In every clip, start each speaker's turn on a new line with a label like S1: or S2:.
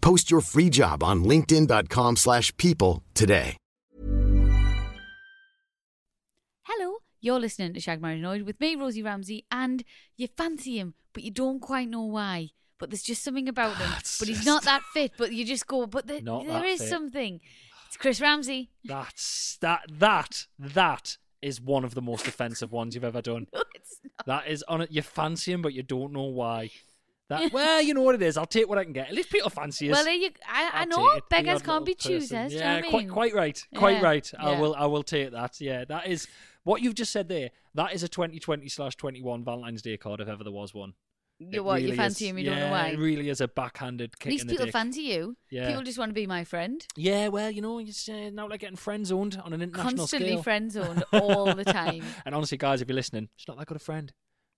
S1: Post your free job on linkedin.com slash people today.
S2: Hello, you're listening to Shag Married Annoyed with me, Rosie Ramsey, and you fancy him, but you don't quite know why. But there's just something about him.
S3: That's
S2: but he's
S3: just-
S2: not that fit. But you just go. But the,
S3: Not
S2: there
S3: that
S2: is
S3: fit.
S2: something. It's Chris Ramsey.
S3: That's that that that is one of the most offensive ones you've ever done.
S2: It's not-
S3: That is on it. You fancy him, but you don't know why. That well, you know what it is. I'll take what I can get. At least people fancy us.
S2: well, there you, I, I
S3: I'll
S2: know
S3: take it. The
S2: beggars
S3: odd
S2: can't be
S3: little person.
S2: choosers. do you know
S3: Yeah,
S2: what I
S3: quite
S2: mean?
S3: quite right. Quite
S2: Yeah,
S3: right.
S2: yeah.
S3: I will I will take that. Yeah, that is what you've just said there. That is a 2020 slash 21 Valentine's Day card if ever there was one.
S2: You
S3: It
S2: what? you
S3: really
S2: fancy
S3: is.
S2: him? You
S3: yeah,
S2: don't know why.
S3: It really is a backhanded
S2: At
S3: kick
S2: least
S3: in the
S2: people
S3: dick.
S2: fancy you.
S3: Yeah.
S2: People just want to be my friend.
S3: Yeah, well, you know, it's uh, now like getting friend zoned on an international
S2: Constantly
S3: scale.
S2: friend zoned all the time.
S3: and honestly, guys, if you're listening, she's not that good a friend.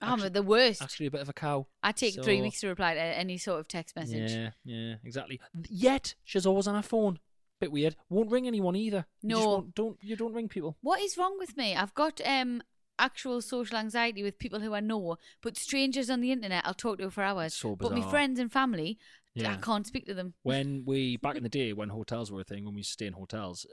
S2: I'm
S3: Actually-
S2: the worst.
S3: Actually, a bit of a cow.
S2: I take three
S3: So-
S2: weeks to reply to any sort of text message.
S3: Yeah, yeah, exactly. Yet she's always on her phone. Bit weird. Won't ring anyone either. You just
S2: No.
S3: won't- don't you don't ring people.
S2: What is wrong with me? I've got um actual social anxiety with people who I know, but strangers on the internet I'll talk to for hours.
S3: So
S2: but my
S3: bizarre.
S2: friends and family, I
S3: Yeah.
S2: can't speak to them.
S3: When we back in the day when hotels were a thing, when we used to stay in hotels,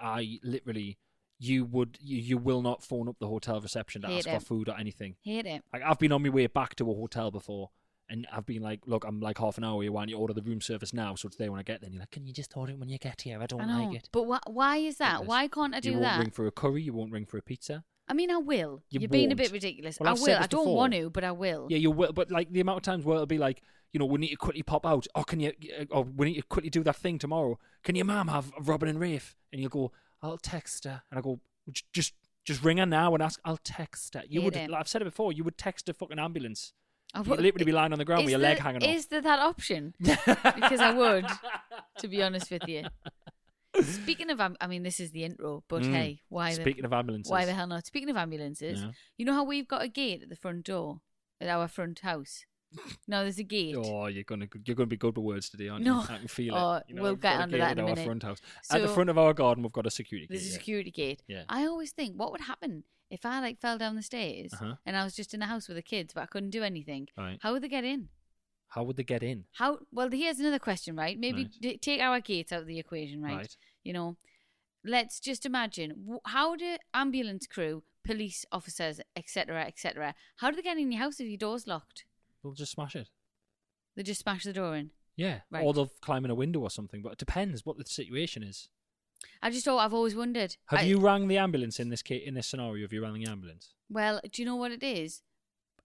S3: I I literally you would you, you will not phone up the hotel reception to
S2: Hate
S3: ask
S2: it.
S3: for food or anything.
S2: Hate it.
S3: Like I've been on my way back to a hotel before. And I've been like, look, I'm like half an hour away. Why don't you order the room service now so it's there when I get there? And you're like, can you just order it when you get here? I don't
S2: I know.
S3: like it.
S2: But wh- why is that?
S3: Goodness.
S2: Why can't I do
S3: you
S2: that?
S3: won't ring for a curry. You won't ring for a pizza.
S2: I mean, I will.
S3: You
S2: are being a bit
S3: won't.
S2: ridiculous.
S3: Well,
S2: I
S3: I've said
S2: will.
S3: this
S2: I don't
S3: before.
S2: want to, but I will.
S3: Yeah, you will. But like the amount of times where it'll be like, you know, we need to quickly pop out. Oh, can you? Or we need to quickly do that thing tomorrow. Can your mum have Robin and Rafe? And you'll go, I'll text her. And I go, "J- just just ring her now and ask. I'll text her. You
S2: Hate
S3: would.
S2: it.
S3: like I've said it before. You would text a fucking ambulance.
S2: I
S3: You'd
S2: would-
S3: literally be lying on the ground with
S2: Is
S3: your leg
S2: there-
S3: hanging off.
S2: Is there that option? because I would, to be honest with you. Speaking of, am- I mean, this is the intro, but
S3: Mm.
S2: hey, why the-
S3: Speaking of ambulances,
S2: Why the hell not? Speaking of ambulances,
S3: Yeah.
S2: you know how we've got a gate at the front door at our front house. No, there's a gate.
S3: Oh, you're gonna you're gonna be good with words today, aren't
S2: No.
S3: you? I can feel it.
S2: Oh,
S3: You know,
S2: we'll
S3: we've
S2: get
S3: got a
S2: onto
S3: gate
S2: that
S3: at
S2: in a
S3: our
S2: minute.
S3: front house. At the
S2: So-
S3: front of our garden, we've got a security.
S2: There's a
S3: gate, yeah.
S2: security gate.
S3: Yeah.
S2: I always think, what would happen if I like fell down the stairs
S3: Uh-huh.
S2: and I was just in the house with the kids, but I couldn't do anything?
S3: Right.
S2: How would they get in?
S3: How would they get in?
S2: How? Well, here's another question, right? Maybe
S3: Right.
S2: d- take our gates out of the equation, right?
S3: Right.
S2: You know, let's just imagine wh- how do ambulance crew, police officers, etc., etc. How do they get in your house if your door's locked?
S3: They'll just smash it.
S2: They just smash the door in.
S3: Yeah,
S2: Right.
S3: or they'll climb in a window or something. But it depends what the situation is.
S2: I just thought I've always wondered.
S3: Have
S2: I-
S3: you rang the ambulance in this ca- in this scenario? Have you rang the ambulance?
S2: Well, do you know what it is?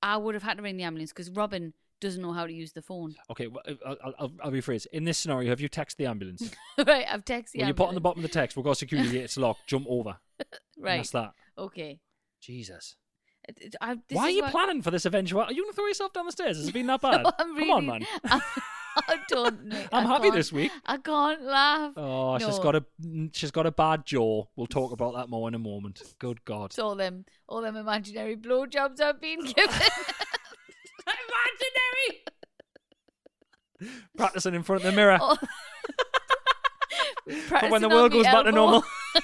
S2: I would have had to ring the ambulance because Robin doesn't know how to use the phone.
S3: Okay, well, uh, I'll, I'll- I'll, I'll rephrase. In this scenario, have you texted the ambulance?
S2: right, I've texted. the
S3: well, you put on the
S2: ambulance.
S3: bottom of the text, "We've got security gate. It's locked. Jump over." And
S2: Right.
S3: that's that.
S2: Okay.
S3: Jesus.
S2: It- it- I- this
S3: Why are
S2: is
S3: you
S2: what-
S3: planning for this eventuality? Are you gonna throw yourself down the stairs? Has it been that
S2: No,
S3: bad?
S2: I'm really,
S3: Come on, man.
S2: I, I don't. know.
S3: I'm
S2: I
S3: happy
S2: can't-
S3: this week.
S2: I can't laugh.
S3: Oh, she's
S2: No,
S3: got a she's got a bad jaw. We'll talk about that more in a moment. Good God.
S2: It's all them, all them imaginary blowjobs I've been given. imaginary.
S3: Practicing in front of the mirror.
S2: Oh.
S3: But when the
S2: Pressing
S3: world
S2: on me
S3: goes back to
S2: elbow.
S3: normal.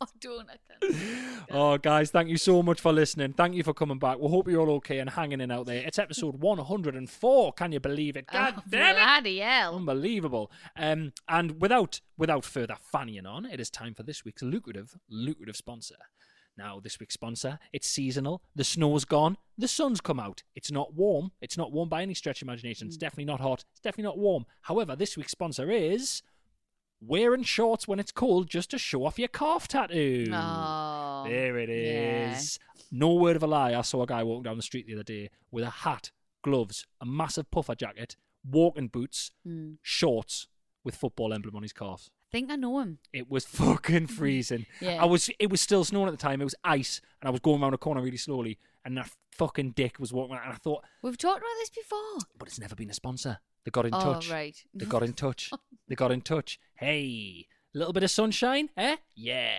S2: I don't. I Oh, can't.
S3: Oh, guys, thank you so much for listening. Thank you for coming back. We hope you're all okay and hanging in out there. It's episode 104. Can you believe it? God
S2: oh,
S3: damn it!
S2: bloody hell.
S3: Unbelievable. Um, and without without further fanning on, it is time for this week's lucrative, lucrative sponsor. Now, this week's sponsor, it's seasonal. The snow's gone. The sun's come out. It's not warm. It's not warm by any stretch of imagination. It's definitely not hot. It's definitely not warm. However, this week's sponsor is wearing shorts when it's cold just to show off your calf tattoo.
S2: Oh,
S3: There it
S2: yeah.
S3: is. No word of a lie. I saw a guy walking down the street the other day with a hat, gloves, a massive puffer jacket, walking boots,
S2: Mm.
S3: shorts with football emblem on his calves.
S2: I think I know him.
S3: It was fucking freezing.
S2: Yeah.
S3: I was. It was still snowing at the time. It was ice, and I was going around a corner really slowly, and that fucking dick was walking. around, And I thought,
S2: We've talked about this before.
S3: but it's never been a sponsor. They got in
S2: Oh,
S3: touch.
S2: right.
S3: They got in touch. they got in touch. Hey, little bit of sunshine, eh? Yeah.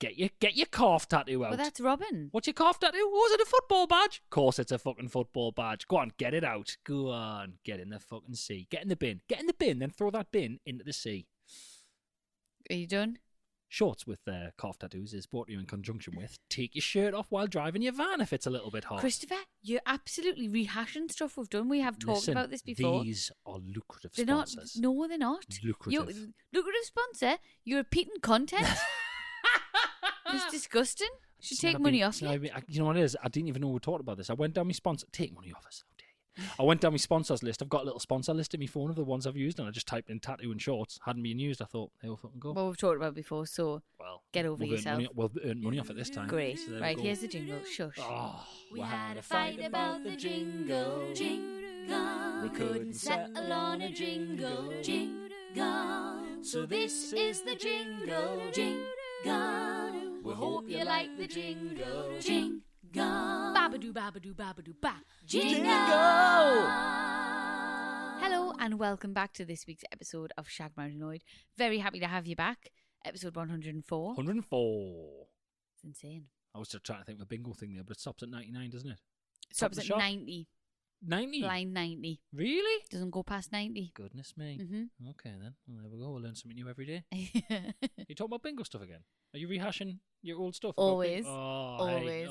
S3: Get your get your calf tattoo out.
S2: Well, that's Robin.
S3: What's your calf tattoo? Was it a football badge? Of course it's a fucking football badge. Go on, get it out. Go on, get in the fucking sea. Get in the bin. Get in the bin, then throw that bin into the sea.
S2: Are you done?
S3: Shorts with uh, calf tattoos is brought to you in conjunction with take your shirt off while driving your van if it's a little bit hot.
S2: Christopher, you're absolutely rehashing stuff we've done. We have talked
S3: Listen,
S2: about this before.
S3: These are lucrative
S2: they're not.
S3: sponsors.
S2: No, they're not. You're,
S3: Lucrative.
S2: lucrative sponsor. You're repeating content. it's disgusting. Should
S3: It's
S2: take
S3: never
S2: money
S3: been-
S2: off
S3: it's never
S2: you.
S3: been- I- you know what it is? I didn't even know we talked about this. I went down my sponsor. Take money off us. How dare you? I went down my sponsors list. I've got a little sponsor list in my phone of the ones I've used, and I just typed in tattoo and shorts. Hadn't been used. I thought they will fucking go.
S2: Well, we've talked about it before, so
S3: Well,
S2: get over
S3: we've earned
S2: yourself.
S3: Money, we'll earn money off it this time.
S2: great.
S3: So there we
S2: right,
S3: go.
S2: here's the jingle. Shush.
S3: Oh,
S4: We had a fight about the jingle, jingle. We couldn't settle on a jingle, jingle. So this is the jingle, jingle. We hope you like the jingle, jingle.
S2: Babadoo, babadoo, babadoo, ba.
S4: Jingle!
S2: Hello and welcome back to this week's episode of Shag Marinoid. Very happy to have you back. Episode 104.
S3: 104.
S2: It's insane.
S3: I was just trying to think of the bingo thing there, but it stops at 99, doesn't it? Top of
S2: Stops
S3: the
S2: at
S3: shop?
S2: 90.
S3: 90?
S2: Blind 90.
S3: Really?
S2: Doesn't go past 90.
S3: Goodness me.
S2: Mhm.
S3: Okay, then. Well, there we go. We'll learn something new every day.
S2: I
S3: you talking about bingo stuff again? Are you rehashing your old stuff? about
S5: Always.
S3: bingo? Oh, hey.
S5: Always.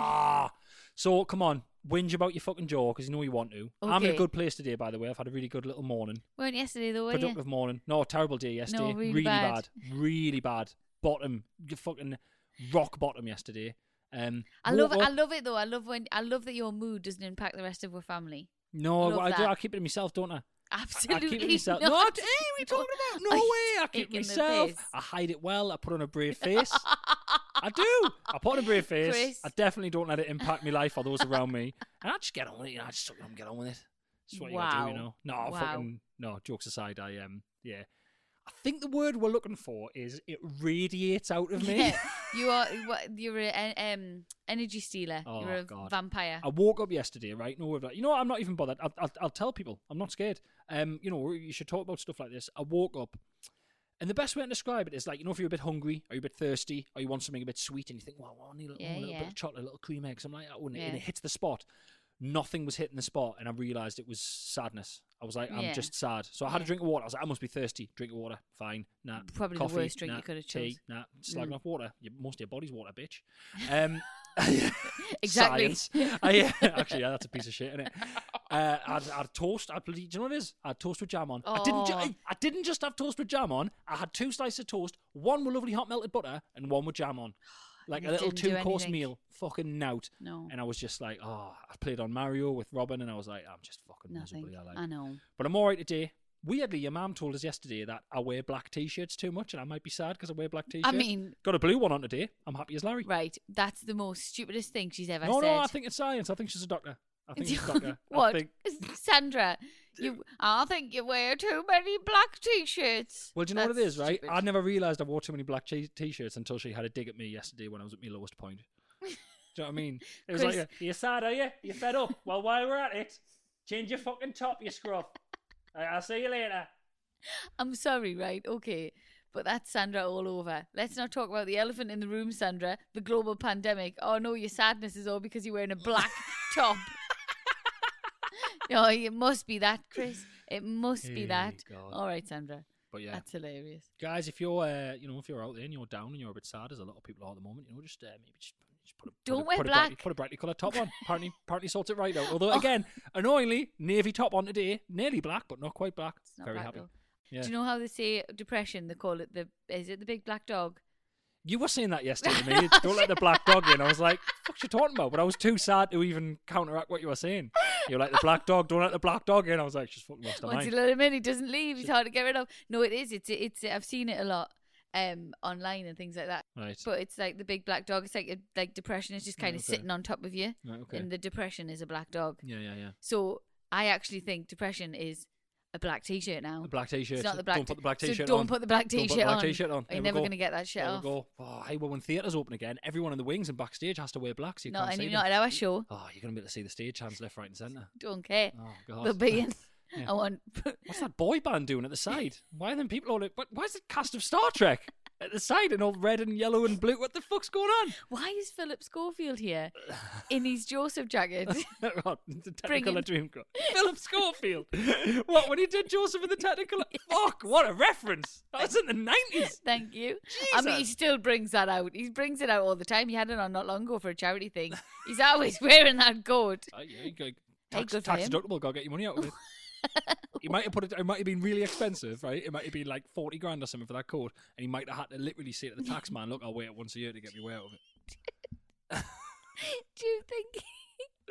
S3: Ah. So, come on. Whinge about your fucking jaw because you know you want to. I'm in a
S2: Okay.
S3: good place today, by the way. I've had a really good little morning.
S2: weren't yesterday though, were you?
S3: productive morning. No, terrible day yesterday.
S2: really
S3: bad.
S2: bad.
S3: Really bad. Bottom. You fucking rock bottom yesterday. Um,
S2: I love it.
S3: woke
S2: I
S3: up-
S2: love it though. I love when I love that your mood doesn't impact the rest of your family.
S3: no,
S2: love
S3: I, do.
S2: that.
S3: I keep it to myself, don't I? I-
S2: Absolutely.
S3: I keep it myself. No,
S2: not.
S3: what are we talking about? No way.
S2: Are you
S3: I keep it
S2: taking the
S3: myself.
S2: piss?
S3: I hide it well. I put on a brave face. I do. I put on a brave face.
S2: Chris.
S3: I definitely don't let it impact my life or those around me. And I just get on with it. You know, I just don't get on with it. That's what you gotta do, you
S2: Wow.
S3: know. No, I
S2: Wow.
S3: fucking no. Jokes aside, I um, yeah. I think the word we're looking for is it radiates out of me.
S2: Yeah. you are. What, you're an um, energy stealer.
S3: Oh,
S2: you're a
S3: God. Oh,
S2: vampire.
S3: I woke up yesterday, right? No, like, you know, what? I'm not even bothered. I'll, I'll, I'll tell people. I'm not scared. Um, you know, you should talk about stuff like this. I woke up, and the best way to describe it is like, you know, if you're a bit hungry, or you're a bit thirsty, or you want something a bit sweet, and you think, well, I need a little,
S2: Yeah,
S3: little bit
S2: yeah.
S3: of chocolate, a little cream egg, something like that, wouldn't it? and
S2: Yeah.
S3: it hits the spot. Nothing was hitting the spot, and I realised it was sadness. I was like, I'm
S2: Yeah.
S3: just sad. So I had a
S2: Yeah.
S3: drink of water. I was like, I must be thirsty. Drink of water, fine. Nah,
S2: Probably the
S3: coffee,
S2: worst drink
S3: nah,
S2: you could have
S3: tea,
S2: chose.
S3: Nah, slagging
S2: Mm.
S3: off water. Your- Most of your body's water, bitch. Um,
S2: Exactly.
S3: Science. Uh, yeah, actually, yeah, that's a piece of shit, isn't it? Uh, I'd, I'd toast. I'd, bloody- do you know what it is? I had toast with jam on. I didn't. Ju-
S2: Oh.
S3: I, I didn't just have toast with jam on. I had two slices of toast. One with lovely hot melted butter, and one with jam on, like
S2: And
S3: a
S2: it
S3: little
S2: didn't do
S3: two course
S2: anything.
S3: meal. Fucking nout.
S2: No.
S3: And I was just like, oh, I played on Mario with Robin, and I was like, I'm just fucking
S2: Nothing.
S3: miserably alive.
S2: I know.
S3: But I'm all right today. Weirdly, your mum told us yesterday that I wear black t-shirts too much, and I might be sad because I wear black t-shirts.
S2: I mean,
S3: got a blue one on today. I'm happy as Larry.
S2: right. That's the most stupidest thing she's ever
S3: No,
S2: said.
S3: no, I think it's science. I think she's a doctor. I think she's a doctor.
S2: what?
S3: I think,
S2: Sandra, you, I think you wear too many black t-shirts.
S3: well, do you know what it
S2: That's
S3: is, right?
S2: stupid.
S3: I never realised I wore too many black t- t-shirts until she had a dig at me yesterday when I was at my lowest point. do you know what I mean? It was like,
S2: Chris-
S3: a, "Are you sad, are you? You fed up? Well, while we're at it, change your fucking top, you scruff. Right, I'll see you later."
S2: I'm sorry, right? Okay. But that's Sandra all over. Let's not talk about the elephant in the room, Sandra. The global pandemic. Oh no, your sadness is all because you're wearing a black top. oh, it must be that, Chris. It must be
S3: Hey,
S2: that.
S3: God.
S2: All right, Sandra.
S3: But yeah,
S2: That's hilarious.
S3: guys, if you're uh, you know if you're out there and you're down and you're a bit sad, as a lot of people are at the moment, you know, just uh, maybe just. just Put a,
S2: Don't
S3: put a,
S2: wear
S3: put A brightly,
S2: black. Oh.
S3: put a brightly coloured top on. Apparently, apparently sorts it right out. Although, again, annoyingly, navy top on today. Nearly black, but not quite black.
S2: It's not
S3: Very
S2: black,
S3: happy.
S2: though.
S3: Yeah.
S2: Do you know how they say depression? They call it the is it the big black dog?
S3: You were saying that yesterday to me. Don't let the black dog in. I was like, "What you talking about?" But I was too sad to even counteract what you were saying. You were like, "The black dog, don't let the black dog in." I was like, "She's fucking lost her
S2: Once you
S3: mind."
S2: let him in, he doesn't leave. He's hard to get rid of. No, it is. It's it's. I've seen it a lot um online and things like that.
S3: Right.
S2: But it's like the big black dog. It's like like depression is just
S3: Right,
S2: kind of
S3: Oh, okay.
S2: sitting on top of you,
S3: Right, okay.
S2: and the depression is a black dog.
S3: yeah, yeah, yeah.
S2: So I actually think depression is a black t-shirt now.
S3: The black t-shirt.
S2: It's not the black.
S3: Don't put the black
S2: t-
S3: t-shirt
S2: So
S3: on.
S2: don't put the black
S3: Don't
S2: t-shirt
S3: put the black
S2: on.
S3: t-shirt on. There
S2: You're
S3: we
S2: never
S3: go.
S2: gonna get that shit
S3: there
S2: off.
S3: we go. Oh, hey, well, when theatres open again, everyone in the wings and backstage has to wear black, so you
S2: Not
S3: can't
S2: any,
S3: see
S2: not
S3: them.
S2: at our show.
S3: Oh, you're gonna be able to see the stage hands left, right, and centre.
S2: Don't care.
S3: Oh God.
S2: They'll be in.
S3: Yeah.
S2: I want.
S3: What's that boy band doing at the side? Why are them people all? What, why is the cast of Star Trek at the side and all red and yellow and blue? What the fuck's going on?
S2: Why is Philip Schofield here in his Joseph jacket?
S3: Right, the
S2: Bring
S3: technical
S2: in-
S3: dream girl. Philip Schofield. what when he did Joseph in the technical? Fuck! What a reference! That was in the nineties.
S2: Thank you. I mean, he
S3: Jesus.
S2: still brings that out. He brings it out all the time. He had it on not long ago for a charity thing. He's always wearing that coat.
S3: Uh, yeah, you go,
S2: Hey,
S3: tax,
S2: good for
S3: tax
S2: him.
S3: deductible. Go get your money out of it. He might have put it. It might have been really expensive, right? It might have been like forty grand or something for that code, and he might have had to literally say to the tax man, "Look, I'll wait once a year to get me way out of it."
S2: Do you think?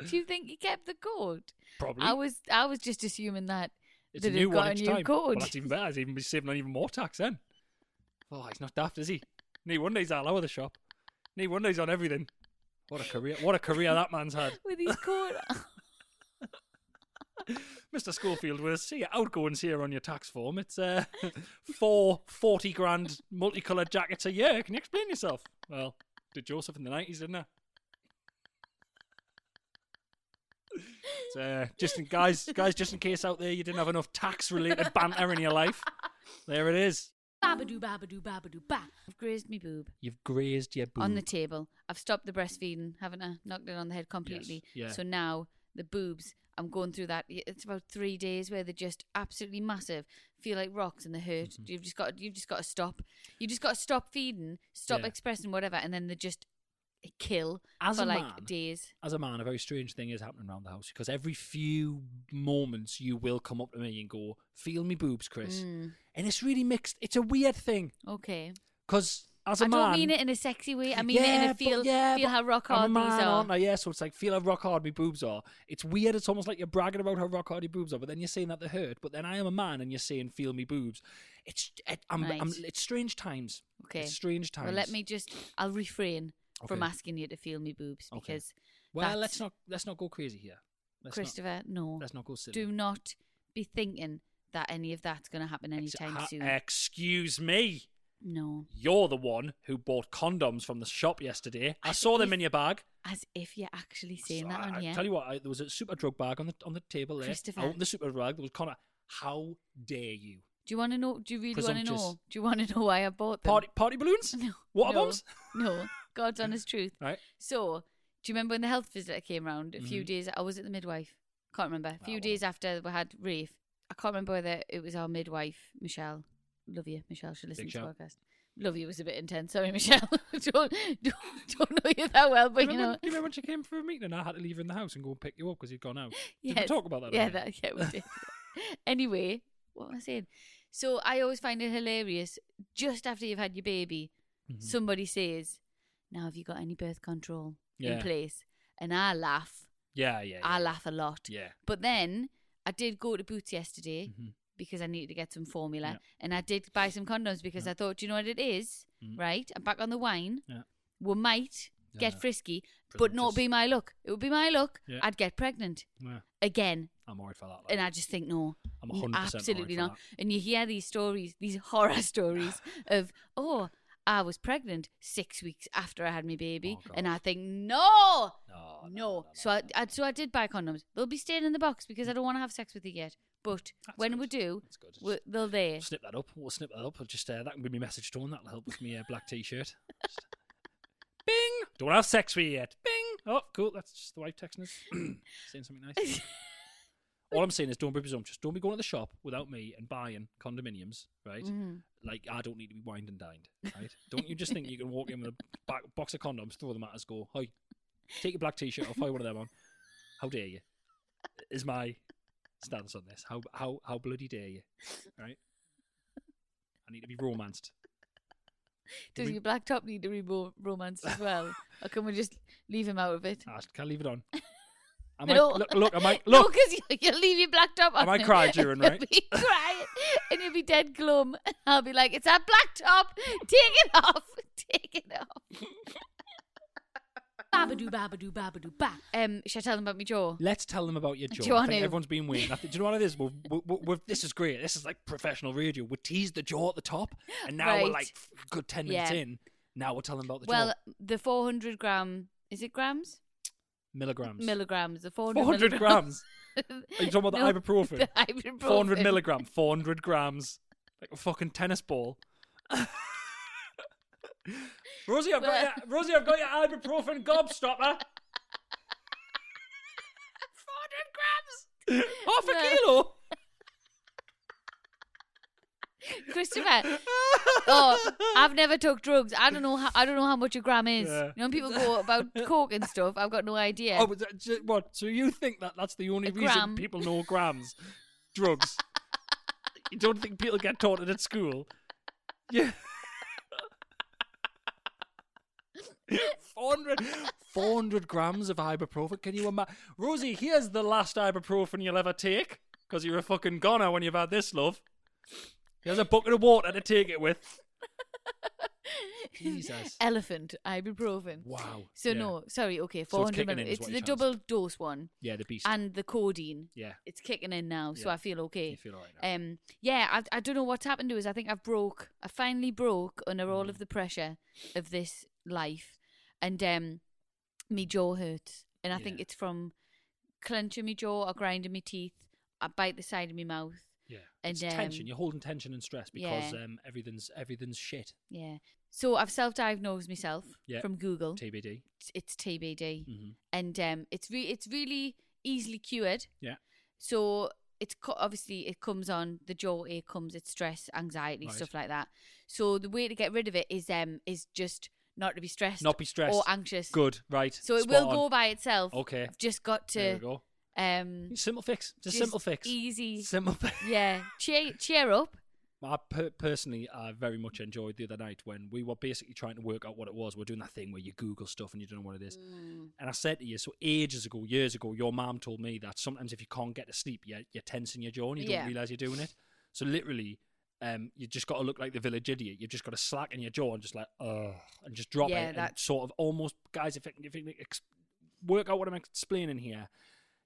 S2: Do you think he kept the coat?
S3: Probably.
S2: I was, I was just assuming that
S3: It's
S2: that
S3: a new
S2: he'd got
S3: one
S2: a
S3: each
S2: new
S3: time. Well,
S2: coat.
S3: that's even better. He's even be saving on even more tax then. Oh, he's not daft, is he? No wonder he's all over the shop. No wonder he's on everything. What a career! What a career that man's had.
S2: with his coat.
S3: Mr. Schofield, we'll see your outgoings here on your tax form. It's uh, four 40 grand multicoloured jackets a year. Can you explain yourself? Well, did Joseph in the 90s, didn't I? It's, uh, just in, guys, guys, just in case out there you didn't have enough tax related banter in your life, there it is.
S4: Babadoo, babadoo, babadoo, ba.
S2: I've grazed me boob
S3: You've grazed your boob.
S2: on the table. I've stopped the breastfeeding, haven't I? Knocked it on the head completely.
S3: yeah.
S2: So now the boobs, I'm going through that. y- It's about three days where they're just absolutely massive, feel like rocks, and they hurt.
S3: Mm-hmm.
S2: You've just got, you've just got to stop. You just got to stop feeding, stop
S3: Yeah.
S2: expressing whatever, and then they just kill
S3: As
S2: for
S3: a
S2: like
S3: man-
S2: days.
S3: As a man, a very strange thing is happening around the house because every few moments you will come up to me and go, "Feel me boobs, Chris,"
S2: Mm,
S3: and it's really mixed. It's a weird thing
S2: okay.
S3: because as a
S2: I
S3: man,
S2: don't mean it in a sexy way. I mean it in
S3: Yeah,
S2: a
S3: but-
S2: feel,
S3: yeah,
S2: feel
S3: but
S2: how rock
S3: I'm a
S2: hard
S3: man,
S2: these are.
S3: aren't I? Yeah, so it's like feel how rock hard my boobs are. It's weird. It's almost like you're bragging about how rock hard your boobs are, but then you're saying that they hurt. But then I am a man, and you're saying feel me boobs. It's it, I'm,
S2: Right.
S3: I'm, it's strange times.
S2: Okay.
S3: it's strange times.
S2: Well, let me just, I'll refrain from
S3: Okay.
S2: asking you to feel me boobs
S3: Okay.
S2: because
S3: Well,
S2: that's-
S3: let's not let's not go crazy here. Let's not-
S2: Christopher, no.
S3: let's not go silly.
S2: Do not be thinking that any of that's going to happen
S3: Ex-
S2: anytime
S3: ha- eh.
S2: soon.
S3: Excuse me.
S2: no.
S3: You're the one who bought condoms from the shop yesterday. I saw them in your bag.
S2: As if you're actually saying
S3: So
S2: that
S3: I,
S2: on here.
S3: I tell you what, I, there was a super drug bag on the on the table there.
S2: Christopher.
S3: I opened the super drug. There was Connor. How dare you?
S2: do you want to know? Do you really want to
S3: Presumptuous.
S2: know? Do you want to know why I bought them?
S3: Party party balloons?
S2: No.
S3: Water
S2: no,
S3: bombs?
S2: No. God's honest truth.
S3: Right.
S2: So, do you remember when the health visitor came round a few
S3: Mhm.
S2: days? I was at the midwife. Can't remember. A
S3: Ah,
S2: few
S3: well.
S2: days after we had Rafe. I can't remember whether it was our midwife, Michelle. Love you, Michelle. She listens to the
S3: shout.
S2: podcast. Love you was a bit intense. Sorry, Michelle. don't, don't, don't know you that well,
S3: Do
S2: but
S3: you,
S2: you
S3: remember,
S2: know.
S3: do you remember when she came for a meeting and I had to leave her in the house and go and pick you up because you'd gone out? Did we
S2: Yes.
S3: talk about that?
S2: Yeah,
S3: on here?
S2: that, yeah, we did. anyway, what was I saying? So I always find it hilarious. Just after you've had your baby,
S3: Mm-hmm.
S2: somebody says, "Now have you got any birth control in
S3: Yeah.
S2: place?" And I laugh.
S3: yeah, yeah, yeah.
S2: I laugh a lot.
S3: Yeah.
S2: But then I did go to Boots yesterday
S3: Mhm.
S2: because I needed to get some formula,
S3: Yeah.
S2: and I did buy some condoms because I thought, "Do you know what it is?
S3: Mm.
S2: Right, I'm back on the wine.
S3: Yeah.
S2: We might
S3: Yeah.
S2: get frisky, but not
S3: Presumptuous.
S2: be my luck. It would be my luck.
S3: Yeah.
S2: I'd get pregnant
S3: Yeah.
S2: again."
S3: I'm worried for that. like.
S2: And I just think, no,
S3: I'm
S2: n-
S3: 100% alright
S2: absolutely
S3: for
S2: not.
S3: that.
S2: And you hear these stories, these horror stories of, oh, I was pregnant six weeks after I had my baby,
S3: Oh,
S2: and
S3: God.
S2: I think, no,
S3: No,
S2: no.
S3: no, no, no,
S2: so I, I, so I did buy condoms. They'll be staying in the box because I don't want to have sex with you yet. But
S3: That's
S2: when
S3: good.
S2: we do,
S3: That's good.
S2: we they'll there.
S3: snip that up. We'll snip that up. I'll just uh, that can be my message to him. That'll help with my uh, black t-shirt. Just- Bing. Don't have sex with you yet. Bing. Oh, cool. That's just the wife texting us, saying something nice. All I'm saying is don't be presumptuous. Don't be going to the shop without me and buying condominiums, right? Like, I don't need to be wined and dined, right? don't you just think you can walk in with a back, box of condoms, throw them at us, go, hi, take your black t shirt off, hi, one of them on. How dare you? Is my stance on this. How, how, how bloody dare you, right? I need to be romanced.
S2: Does
S3: we-
S2: your black top need to be ro- romance as well? or can we just leave him out of it?
S3: Ah, can I leave it on? I might,
S2: No.
S3: Look, look, I might,
S2: No,
S3: look.
S2: 'cause you, you'll leave your black top on.
S3: might
S2: it,
S3: cry
S2: and
S3: during,
S2: you'll
S3: right?
S2: be crying, and you'll be dead glum. I'll be like, it's that black top. Take it off. Take it off.
S4: Babadoo, babadoo, babadoo, ba.
S2: Um, should I tell them about my jaw?
S3: Let's tell them about your jaw.
S2: Do you
S3: I
S2: want
S3: think
S2: to?
S3: everyone's been waiting. I think, do you know what it is? We're, we're, we're, we're- this is great. This is like professional radio. We teased the jaw at the top, and now we're
S2: Right.
S3: like f- good ten minutes
S2: Yeah.
S3: in. Now we're telling them about the
S2: well,
S3: jaw.
S2: the 400 gram. Is it grams?
S3: Milligrams.
S2: Milligrams. The 400,
S3: 400 grams. Are you talking about the ibuprofen?
S2: The ibuprofen.
S3: 400 milligram. 400 grams. Like a fucking tennis ball. Rosie, I've got
S2: Well-
S3: your, Rosie, I've got your ibuprofen gobstopper.
S2: 400 grams.
S3: Half a
S2: Well-
S3: kilo.
S2: Christopher. Oh, I've never took drugs. I don't know. How, I don't know how much a gram is.
S3: Yeah.
S2: You know, when people go about coke and stuff. I've got no idea.
S3: Oh, but that, ju- what? So you think that that's the only
S2: A
S3: reason
S2: gram.
S3: people know grams, drugs? You don't think people get taught it at school? Yeah. 400, 400 grams of ibuprofen. Can you imagine? Rosie, here's the last ibuprofen you'll ever take because you're a fucking goner when you've had this, love. Here's a bucket of water to take it with. Jesus.
S2: Elephant ibuprofen.
S3: Wow.
S2: So
S3: Yeah.
S2: no, sorry. Okay,
S3: So
S2: four
S3: it's
S2: hundred.
S3: kicking in is
S2: it's
S3: what
S2: the
S3: you're trying to
S2: double dose one
S3: Yeah, the beast.
S2: and the codeine.
S3: yeah.
S2: It's kicking in now, so
S3: Yeah.
S2: I feel okay.
S3: You feel all right now.
S2: Um, yeah, I, I don't know what's happened to us. I think I've broke. I finally broke under
S3: Mm.
S2: all of the pressure of this life, and um, me jaw hurts, and I think
S3: Yeah.
S2: it's from clenching my jaw or grinding my teeth. I bite the side of my mouth.
S3: Yeah,
S2: And,
S3: it's tension.
S2: um,
S3: You're holding tension and stress because
S2: yeah.
S3: um, everything's everything's shit.
S2: Yeah. So I've self-diagnosed myself
S3: Yeah.
S2: from Google.
S3: TBD.
S2: It's- it's TBD,
S3: Mhm.
S2: and um, it's re- it's really easily cured.
S3: Yeah.
S2: So it's co- obviously it comes on the jaw ache comes it's stress, anxiety,
S3: Right.
S2: stuff like that. So the way to get rid of it is um is just not to be stressed,
S3: Not be stressed.
S2: or anxious.
S3: Good. Right.
S2: So it
S3: spot
S2: will
S3: on.
S2: go by itself.
S3: Okay.
S2: I've just got
S3: There we
S2: to
S3: go.
S2: um
S3: Simple fix. It's a
S2: just
S3: simple fix.
S2: easy.
S3: Simple fix.
S2: yeah. Cheer cheer up.
S3: I per- personally, I very much enjoyed the other night when we were basically trying to work out what it was. We're doing that thing where you Google stuff and you don't know what it is.
S2: Mm.
S3: And I said to you, so ages ago, years ago, your mom told me that sometimes if you can't get to sleep, you're, you're tensing your jaw and you
S2: Yeah.
S3: don't realize you're doing it. So literally, um, you just got to look like the village idiot. You've just got to slacken your jaw and just like, ugh, and just drop
S2: Yeah,
S3: it. And
S2: that's-
S3: sort of almost, guys, if I can, if I can ex- work out what I'm explaining here,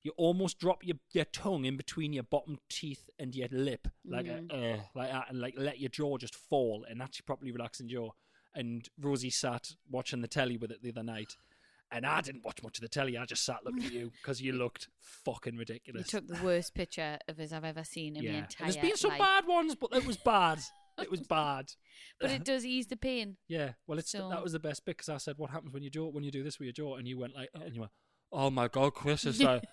S3: you almost drop your, your tongue in between your bottom teeth and your lip, like
S2: Mm-hmm.
S3: a, uh, like that, and like let your jaw just fall, and that's your properly relaxing jaw. And Rosie sat watching the telly with it the other night, and I didn't watch much of the telly. I just sat looking at you because you looked fucking
S2: You
S3: ridiculous.
S2: took the worst picture of us I've ever seen in my
S3: And
S2: entire
S3: There's been some
S2: life.
S3: bad ones, but it was bad. it was bad.
S2: But it does ease the pain.
S3: Yeah, well, it's
S2: So-
S3: that was the best bit because I said, "What happens when you do when you do this with your jaw?" And you went like, "Oh," and you went, "Oh my god, Chris is like,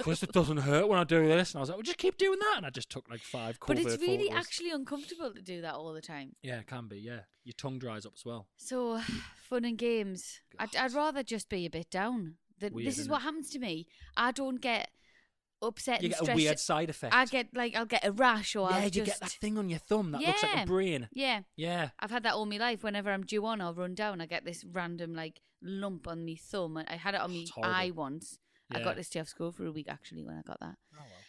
S3: Chris, it doesn't hurt when I do this." And I was like, "Well, just keep doing that." And I just took like five.
S2: But it's
S3: covert
S2: really
S3: photos.
S2: actually uncomfortable to do that all the time.
S3: Yeah, it can be. Yeah, your tongue dries up as well.
S2: So, fun and games. I'd, I'd rather just be a bit down. That
S3: Weird,
S2: this is
S3: innit?
S2: what happens to me. I don't get upset
S3: you
S2: and
S3: get a
S2: stressed.
S3: weird side effect.
S2: I get like I'll get a rash or
S3: yeah,
S2: I'll
S3: you
S2: just
S3: get that thing on your thumb that looks like a brain.
S2: Yeah,
S3: Yeah,
S2: I've had that all my life. Whenever I'm due on or run down, I get this random like lump on me thumb. I I had it on me
S3: It's horrible.
S2: eye once. I
S3: Yeah. Oh,
S2: got this day off school for a week actually when I got that.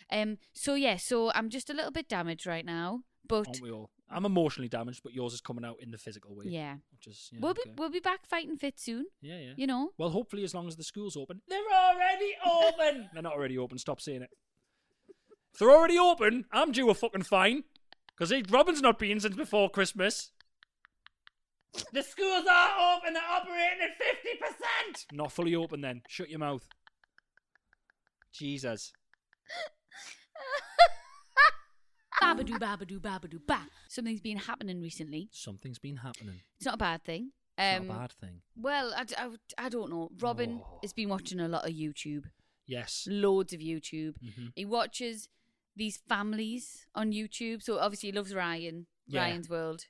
S2: Um. So yeah. So I'm just a little bit damaged right now, but
S3: aren't we all? I'm emotionally damaged, but yours is coming out in the physical way.
S2: yeah.
S3: which is yeah,
S2: we'll be
S3: okay.
S2: we'll be back fighting fit soon.
S3: yeah, yeah.
S2: You know.
S3: Well, hopefully, as long as the school's open, they're already open. they're not already open. Stop saying it. If they're already open, I'm due a fucking fine because Robin's not been since before Christmas. The schools are open. They're operating at fifty percent. Not fully open then. Shut your mouth. Jesus.
S4: Babadoo, babadoo, babadoo, ba.
S2: Something's been happening recently.
S3: Something's been happening.
S2: It's not a bad thing. Um,
S3: It's not a bad thing.
S2: Well, I, d- I, would- I don't know. Robin
S3: Oh.
S2: has been watching a lot of YouTube.
S3: Yes.
S2: loads of YouTube.
S3: Mhm.
S2: He watches these families on YouTube. So obviously he loves Ryan,
S3: Yeah.
S2: Ryan's World.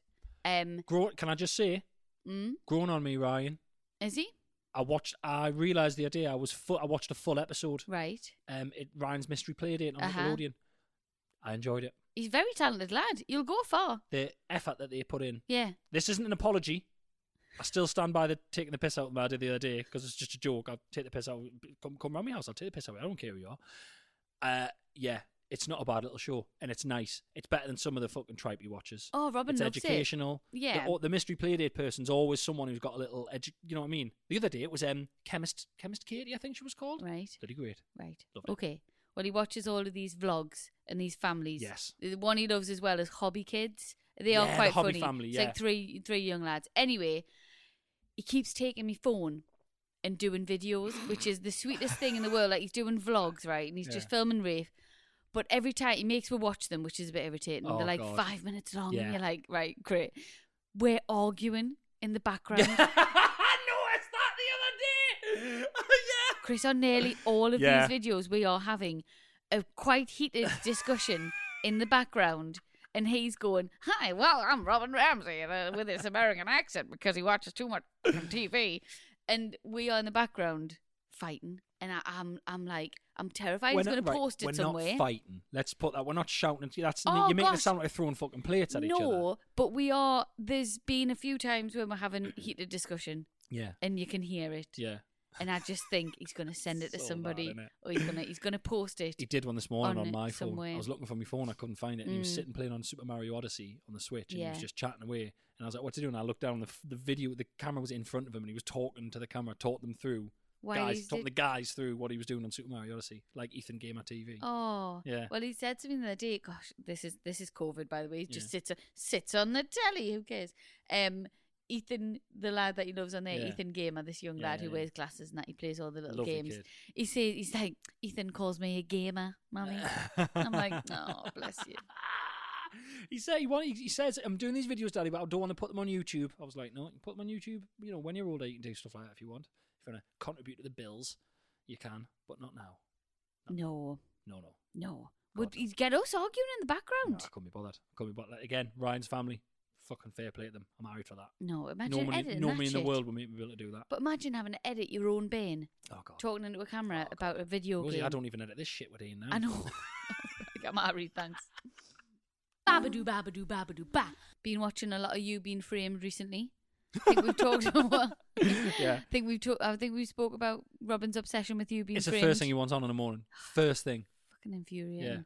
S2: Um,
S3: Grow, can I just say,
S2: mm,
S3: grown on me, Ryan.
S2: is he
S3: I watched. I realised the idea. I was. Full, I watched a full episode.
S2: right?
S3: Um, it Ryan's mystery playdate on
S2: Uh-huh.
S3: Nickelodeon. I enjoyed it.
S2: He's a very talented lad. You'll go far.
S3: The effort that they put in.
S2: Yeah.
S3: This isn't an apology. I still stand by the taking the piss out of me I did the other day because it's just a joke. I'll take the piss out. Come come round my house. I'll take the piss out. I don't care who you are. Uh, yeah, it's not a bad little show, and it's nice. It's better than some of the fucking tripe you watches.
S2: Oh, Robin
S3: it's
S2: loves it.
S3: educational. The-
S2: Yeah.
S3: The, mystery playdate person's always someone who's got a little edu- You know what I mean? The other day it was um chemist chemist Katie, I think she was called.
S2: Right.
S3: Bloody great.
S2: Right.
S3: Loved it.
S2: Okay. Well, he watches all of these vlogs and these families.
S3: Yes.
S2: The one he loves as well is Hobby Kids. They
S3: Yeah,
S2: are
S3: the
S2: quite
S3: Hobby
S2: funny.
S3: family,
S2: It's
S3: yeah.
S2: like three three young lads. Anyway, he keeps taking me phone and doing videos, which is the sweetest thing in the world. Like he's doing vlogs, right? And he's
S3: Yeah.
S2: just filming Rafe. But every time he makes me watch them, which is a bit irritating.
S3: Oh,
S2: They're like
S3: God.
S2: five minutes long.
S3: Yeah.
S2: And you're like, right, great. We're arguing in the background.
S3: I noticed that the other day. yeah.
S2: Chris, on nearly all of
S3: Yeah.
S2: these videos, we are having a quite heated discussion in the background. And he's going, Hi, well, I'm Robin Ramsey uh, with this American accent because he watches too much fucking TV. And we are in the background fighting. And I, I'm, I'm like, I'm terrified
S3: We're
S2: he's going
S3: not-
S2: to
S3: right,
S2: post it
S3: we're
S2: somewhere.
S3: not fighting. Let's put that. We're not shouting. at- That's
S2: Oh,
S3: you're making it
S2: gosh.
S3: sound like we're throwing fucking plates at
S2: no,
S3: each other.
S2: but we are. There's been a few times when we're having heated discussion,
S3: Yeah.
S2: and you can hear it.
S3: Yeah.
S2: And I just think he's going to send it to
S3: So bad,
S2: somebody,
S3: innit?
S2: or he's going to he's going to post it.
S3: He did one this morning
S2: On
S3: on,
S2: it
S3: my phone.
S2: somewhere.
S3: I was looking for my phone, I couldn't find it, and he was
S2: Mm.
S3: sitting playing on Super Mario Odyssey on the Switch, and he was
S2: Yeah.
S3: just chatting away. And I was like, "What's he doing?" I looked down, the f- the video, the camera was in front of him, and he was talking to the camera, taught them through
S2: Why
S3: guys,
S2: is
S3: talking
S2: it-
S3: the guys through what he was doing on Super Mario Odyssey, like Ethan Gamer TV.
S2: Oh,
S3: Yeah.
S2: Well, he said something the other day. Gosh, this is this is COVID, by the way. He just
S3: Yeah.
S2: sits sits on the telly. Who cares? Um, Ethan, the lad that he loves on there,
S3: Yeah.
S2: Ethan Gamer, this young
S3: Yeah,
S2: lad
S3: yeah,
S2: who
S3: yeah.
S2: wears glasses and that he plays all the little
S3: Lovely
S2: games.
S3: kid.
S2: He says he's like Ethan calls me a gamer, mummy. I'm like, oh, bless you.
S3: He said he, want, he he says I'm doing these videos, Daddy, but I don't want to put them on YouTube. I was like, no, you can put them on YouTube. You know, when you're older, you can do stuff like that if you want. If you want to contribute to the bills, you can, but not now.
S2: No,
S3: No, no.
S2: no. Would
S3: God.
S2: he get us arguing in the
S3: No,
S2: background?
S3: I couldn't be bothered. I couldn't be bothered. Again, Ryan's family, fucking fair play to them. I'm married for that.
S2: No, imagine
S3: Nobody,
S2: editing
S3: nobody
S2: that
S3: in the
S2: shit.
S3: world would make me be able to do that.
S2: But imagine having to edit your own brain,
S3: Oh god.
S2: talking into a camera
S3: Oh, God.
S2: about a video
S3: Rosie,
S2: game.
S3: I don't even edit this shit with Ian now.
S2: I know. I got married, thanks. Babadoo, babadoo, babadoo, ba. Been watching a lot of you being framed recently. I think we've talked. about
S3: Yeah.
S2: I think we've talked. I think we spoke about Robin's obsession with you being
S3: It's the
S2: framed.
S3: first thing he wants on in the morning. First thing.
S2: Fucking infuriating.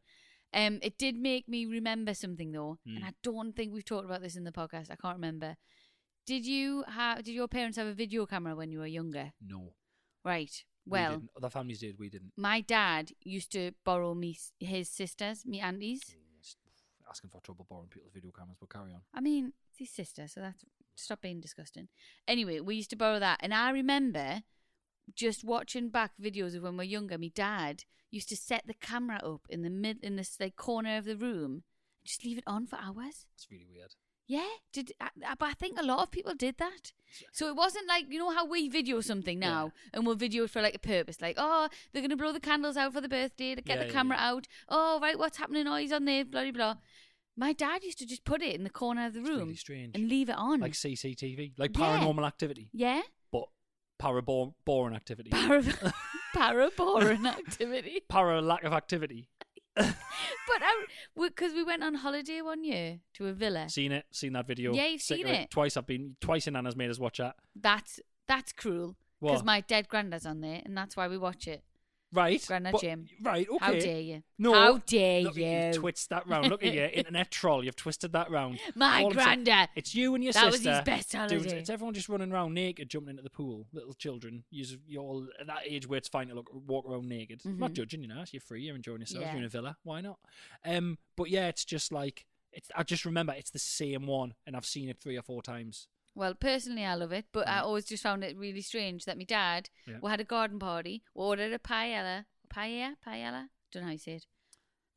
S2: Um, it did make me remember something though,
S3: Mm.
S2: and I don't think we've talked about this in the podcast. I can't remember. Did you have? Did your parents have a video camera when you were younger?
S3: No.
S2: Right.
S3: we
S2: Well,
S3: didn't. other families did. We didn't.
S2: my dad used to borrow me s- his sisters, me aunties.
S3: It's asking for trouble borrowing people's video cameras, but carry on.
S2: I mean, it's his sister, so that's stop being disgusting. Anyway, we used to borrow that, and I remember just watching back videos of when we were younger. My dad used to set the camera up in the mid in this like corner of the room, and just leave it on for hours.
S3: That's really weird.
S2: Yeah, did I, I- but I think a lot of people did that. So it wasn't like you know how we video something now and we'll video it for like a purpose, like oh they're gonna blow the candles out for the birthday to get
S3: Yeah,
S2: the
S3: yeah,
S2: camera
S3: yeah.
S2: out. Oh right, what's happening? Oh he's on there, blah blah blah. My dad used to just put it in the corner of the
S3: It's
S2: room
S3: really strange.
S2: and leave it on.
S3: Like CCTV, like
S2: Yeah.
S3: paranormal activity,
S2: yeah,
S3: but parabor- boring activity.
S2: para paraboran activity.
S3: Para lack of activity.
S2: But I because we went on holiday one year to a villa.
S3: Seen it, seen that video.
S2: Yeah, you've
S3: Sick
S2: seen
S3: of
S2: it.
S3: Twice I've been, twice in Anna's made us watch that.
S2: That's that's cruel because
S3: What?
S2: my dead granddad's on there, and that's why we watch it.
S3: Right.
S2: Grandad
S3: but-
S2: Jim.
S3: Right, okay.
S2: How dare you?
S3: No.
S2: How dare
S3: Look,
S2: you?
S3: You've twitched that round. Look at you, internet troll. You've twisted that round.
S2: My
S3: All I'm saying-
S2: grandad.
S3: It's you and your
S2: That was his
S3: sister.
S2: best
S3: doing-
S2: holiday.
S3: it's everyone just running around naked, jumping into the pool. Little children. You's- You're all at that age where it's fine to look, walk around naked. I'm not
S2: Mhm.
S3: judging, you know. You're free. You're enjoying yourself.
S2: Yeah.
S3: You're in a villa. Why not? Um, but yeah, it's just like it's. I just remember it's the same one, and I've seen it three or four times.
S2: Well, personally, I love it, but I
S3: Yeah.
S2: always just found it really strange that my dad
S3: Mm. Yeah.
S2: we had a garden party, we ordered a paella, paella, paella. Don't know how you say it.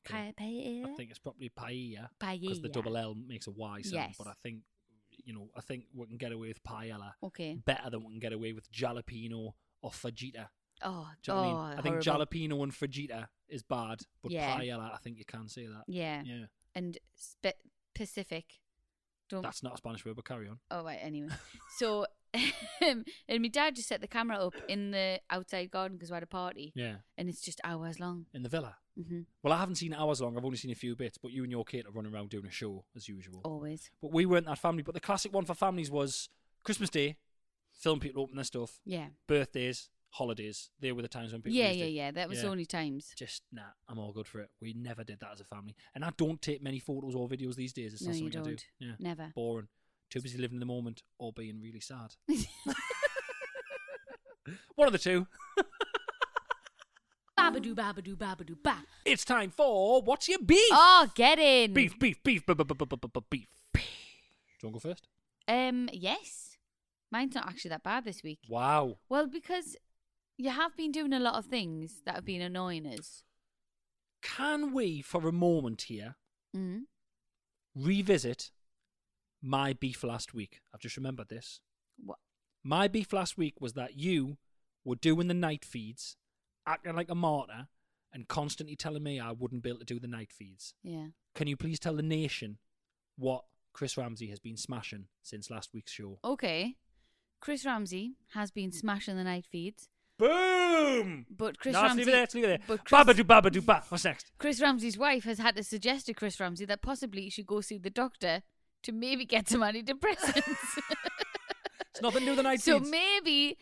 S3: Okay.
S2: Pa- paella.
S3: I think it's probably paella because
S2: paella.
S3: the double L makes a Y sound.
S2: Yes.
S3: But I think, you know, I think we can get away with paella.
S2: Okay.
S3: better than we can get away with jalapeno or fajita.
S2: Oh,
S3: Do you know what I mean? I think
S2: horrible.
S3: jalapeno and fajita is bad, but
S2: Yeah.
S3: paella, I think you can say that.
S2: Yeah.
S3: Yeah.
S2: and spe- Pacific. Don't.
S3: That's not a Spanish word, but carry on.
S2: Oh right. Anyway, so and my dad just set the camera up in the outside garden because we had a party,
S3: Yeah.
S2: and it's just hours long.
S3: In the villa.
S2: hmm
S3: Well, I haven't seen hours long. I've only seen a few bits, but you and your kid are running around doing a show as usual.
S2: Always.
S3: But we weren't that family. But the classic one for families was Christmas Day, film people open their stuff,
S2: Yeah.
S3: birthdays, holidays. They were the times when people.
S2: Yeah,
S3: used
S2: yeah,
S3: it.
S2: yeah. That was the only times.
S3: Just nah, I'm all good for it. We never did that as a family, and I don't take many photos or videos these days. It's
S2: No,
S3: not
S2: you
S3: something I do.
S2: don't.
S3: Yeah,
S2: Never.
S3: boring. Too busy living in the moment or being really sad. One of the two.
S4: Babadoo, babadoo, babadoo, ba.
S3: It's time for what's your beef?
S2: Oh, get in.
S3: Beef, beef, beef, beef, beef, beef, beef, beef. Do you want to go first?
S2: Um. Yes. Mine's not actually that bad this week.
S3: Wow.
S2: Well, because you have been doing a lot of things that have been annoying us.
S3: Can we, for a moment here,
S4: Mm-hmm.
S2: Mm.
S3: revisit my beef last week? I've just remembered this.
S2: What?
S3: My beef last week was that you were doing the night feeds, acting like a martyr, and constantly telling me I wouldn't be able to do the night feeds.
S2: Yeah.
S3: Can you please tell the nation what Chris Ramsey has been smashing since last week's show?
S2: Okay. Chris Ramsey has been smashing the night feeds,
S3: Boom!
S2: but Chris
S3: no,
S2: Ramsey.
S3: leave it there, leave it there.
S2: But Chris,
S3: Babadoo, babadoo, ba. What's next?
S2: Chris Ramsey's wife has had to suggest to Chris Ramsey that possibly he should go see the doctor to maybe get some antidepressants.
S3: It's nothing new the night
S2: so
S3: feeds.
S2: maybe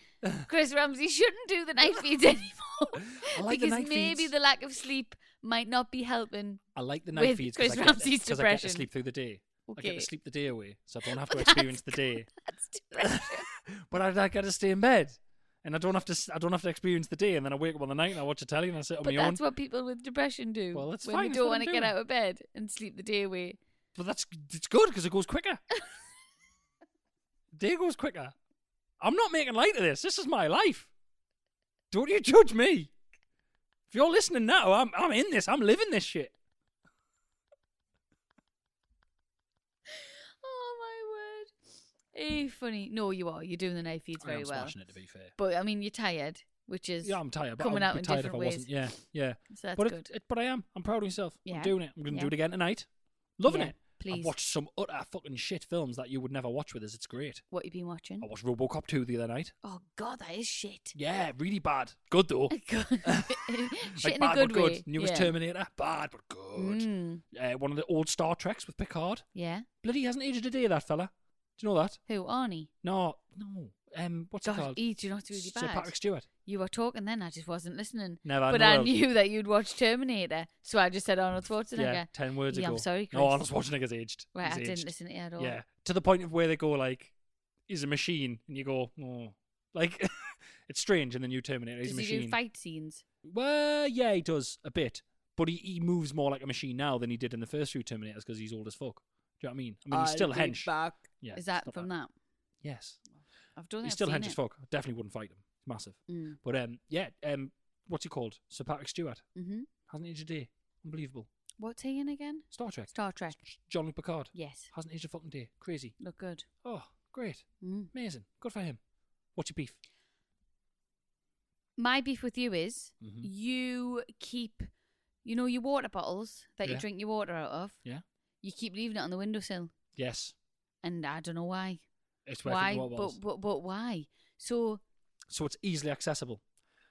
S2: Chris Ramsey shouldn't do the night feeds anymore.
S3: I like the
S2: because
S3: night
S2: maybe
S3: feeds.
S2: the lack of sleep might not be helping.
S3: I like the night
S2: with
S3: feeds
S2: Chris
S3: because I, get-
S2: Ramsey's
S3: 'cause I get to
S2: depression.
S3: sleep through the day. I get
S2: Okay.
S3: to sleep the day away, so I don't have to
S2: But
S3: experience the
S2: that's
S3: day.
S2: That's depression.
S3: But I, I get to stay in bed, and I don't have to. s- I don't have to experience the day, and then I wake up on the night and I watch a telly and I sit on
S2: but
S3: my own.
S2: that's what people with depression do.
S3: Well, that's
S2: when
S3: fine,
S2: They
S3: that's
S2: don't
S3: what I'm
S2: want to get
S3: doing.
S2: out of bed and sleep the day away.
S3: but that's it's good because it goes quicker. day goes quicker. I'm not making light of this. This is my life. Don't you judge me. If you're listening now, I'm I'm in this. I'm living this shit.
S2: Oh my word! Eh, funny. No, you are. You're doing the night feeds
S3: I am
S2: very well.
S3: smashing it, to be fair.
S2: But I mean, you're tired, which is
S3: Yeah, I'm tired. But
S2: coming
S3: I
S2: out
S3: would
S2: in
S3: be tired if
S2: different
S3: I
S2: ways.
S3: wasn't. Yeah, yeah.
S2: So that's
S3: but
S2: good.
S3: It, it, but I am. I'm proud of myself.
S2: Yeah.
S3: I'm doing it. I'm going to
S2: Yeah.
S3: do it again tonight. Loving
S2: Yeah.
S3: it. I've
S2: Please.
S3: watched some utter fucking shit films that you would never watch with us. It's great.
S2: what you been watching?
S3: I watched RoboCop 2 the other night.
S2: Oh God, that is shit.
S3: Yeah, really bad. Good though.
S2: God. shit
S3: like
S2: in a
S3: bad
S2: good
S3: but
S2: way.
S3: good. Newest
S2: yeah.
S3: Terminator, bad but good.
S2: Mm,
S3: Uh, one of the old Star Treks with Picard.
S2: yeah.
S3: Bloody hasn't aged a day, that fella. Do you know that?
S2: Who? Arnie.
S3: No, no. Um, what's it
S2: God,
S3: called?
S2: E, do you know it's really
S3: Sir
S2: bad?
S3: Patrick Stewart.
S2: You were talking then, I just wasn't listening.
S3: Never,
S2: But
S3: no,
S2: I
S3: well-
S2: knew that you'd watch Terminator, so I just said Arnold Schwarzenegger.
S3: Yeah, ten words
S2: yeah,
S3: ago.
S2: I'm sorry, Chris.
S3: No, Arnold Schwarzenegger's aged.
S2: Right,
S3: He's
S2: I didn't
S3: aged.
S2: listen to it at all.
S3: Yeah, to the point of where they go like, "He's a machine," and you go, "Oh, like it's strange." And then you Terminator, he's
S2: Does
S3: a
S2: he
S3: machine.
S2: do fight scenes?
S3: Well, yeah, he does a bit, but he, he moves more like a machine now than he did in the first few Terminators because he's old as fuck. Do you know what I mean? I mean, he's still hench. Yeah,
S2: Uh, is that
S3: it's not
S2: from
S3: bad.
S2: that?
S3: Yes,
S2: I don't think I've
S3: he's still
S2: seen
S3: hench
S2: it.
S3: as fuck. I definitely wouldn't fight him. He's massive.
S2: Mm.
S3: But um, yeah, um, what's he called? Sir Patrick Stewart
S2: hmm
S3: hasn't aged a day. Unbelievable.
S2: What's he in again?
S3: Star Trek.
S2: Star Trek.
S3: John Luke Picard
S2: Yes.
S3: hasn't aged a fucking day. Crazy.
S2: Look good.
S3: Oh, great.
S2: Mm.
S3: Amazing. Good for him. What's your beef?
S2: My beef with you is
S3: Mhm.
S2: you keep, you know, your water bottles that
S3: Yeah.
S2: you drink your water out of.
S3: Yeah.
S2: You keep leaving it on the windowsill,
S3: Yes.
S2: and I don't know why.
S3: It's where
S2: Why?
S3: What
S2: But, but but why? So
S3: so it's easily accessible.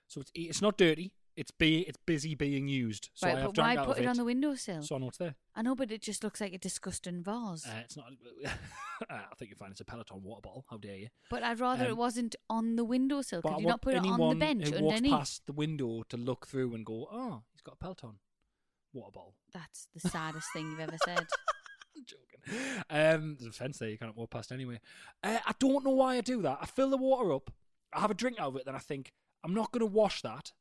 S3: So it's e- it's not dirty. It's be it's busy being used. So
S2: right,
S3: I have
S2: but
S3: drank
S2: why
S3: out
S2: put
S3: of
S2: it
S3: it.
S2: on the windowsill?
S3: so I know it's there.
S2: I know, but it just looks like a disgusting vase.
S3: Uh, it's not. uh, I think you find it's a Peloton water bottle. How dare you?
S2: but I'd rather
S3: um,
S2: it wasn't on the windowsill.
S3: But
S2: Could
S3: I
S2: you
S3: want
S2: not put it
S3: anyone
S2: on the bench
S3: who walks
S2: underneath?
S3: past the window to look through and go, "Oh, he's got a Peloton water bottle."
S2: That's the saddest thing you've ever said.
S3: I'm joking. Um, there's a fence there. You can't walk past anyway. Uh, I don't know why I do that. I fill the water up. I have a drink out of it. Then I think I'm not going to wash that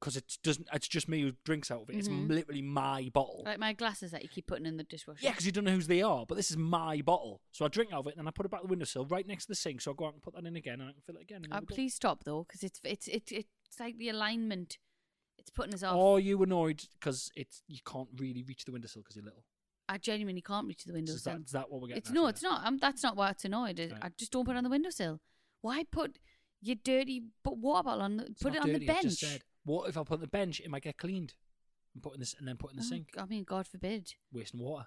S3: because it doesn't. It's just me who drinks out of it. It's
S2: Mhm.
S3: literally my bottle.
S2: Like my glasses that you keep putting in the dishwasher.
S3: Yeah, because you don't know whose they are. But this is my bottle, so I drink out of it and then I put it back the windowsill right next to the sink. So I go out and put that in again, and I can fill it again. and
S2: Uh,
S3: then we're done.
S2: please stop though, because it's it's it's it's like the alignment. It's putting us off.
S3: Are you annoyed because it's you can't really reach the windowsill because you're little?
S2: I genuinely can't reach the
S3: is that,
S2: windowsill.
S3: is that what we're getting?
S2: It's
S3: at
S2: no,
S3: here?
S2: it's not. I'm, that's not why it's annoyed. I-
S3: Right.
S2: I just don't put it on the windowsill. Why put? your dirty b- water bottle on the put
S3: not
S2: it on
S3: dirty,
S2: the
S3: I've
S2: bench.
S3: just said, what if I put it on the bench? It might get cleaned. And put in this, and then put in the
S2: Oh,
S3: sink,
S2: I mean, God forbid.
S3: wasting water.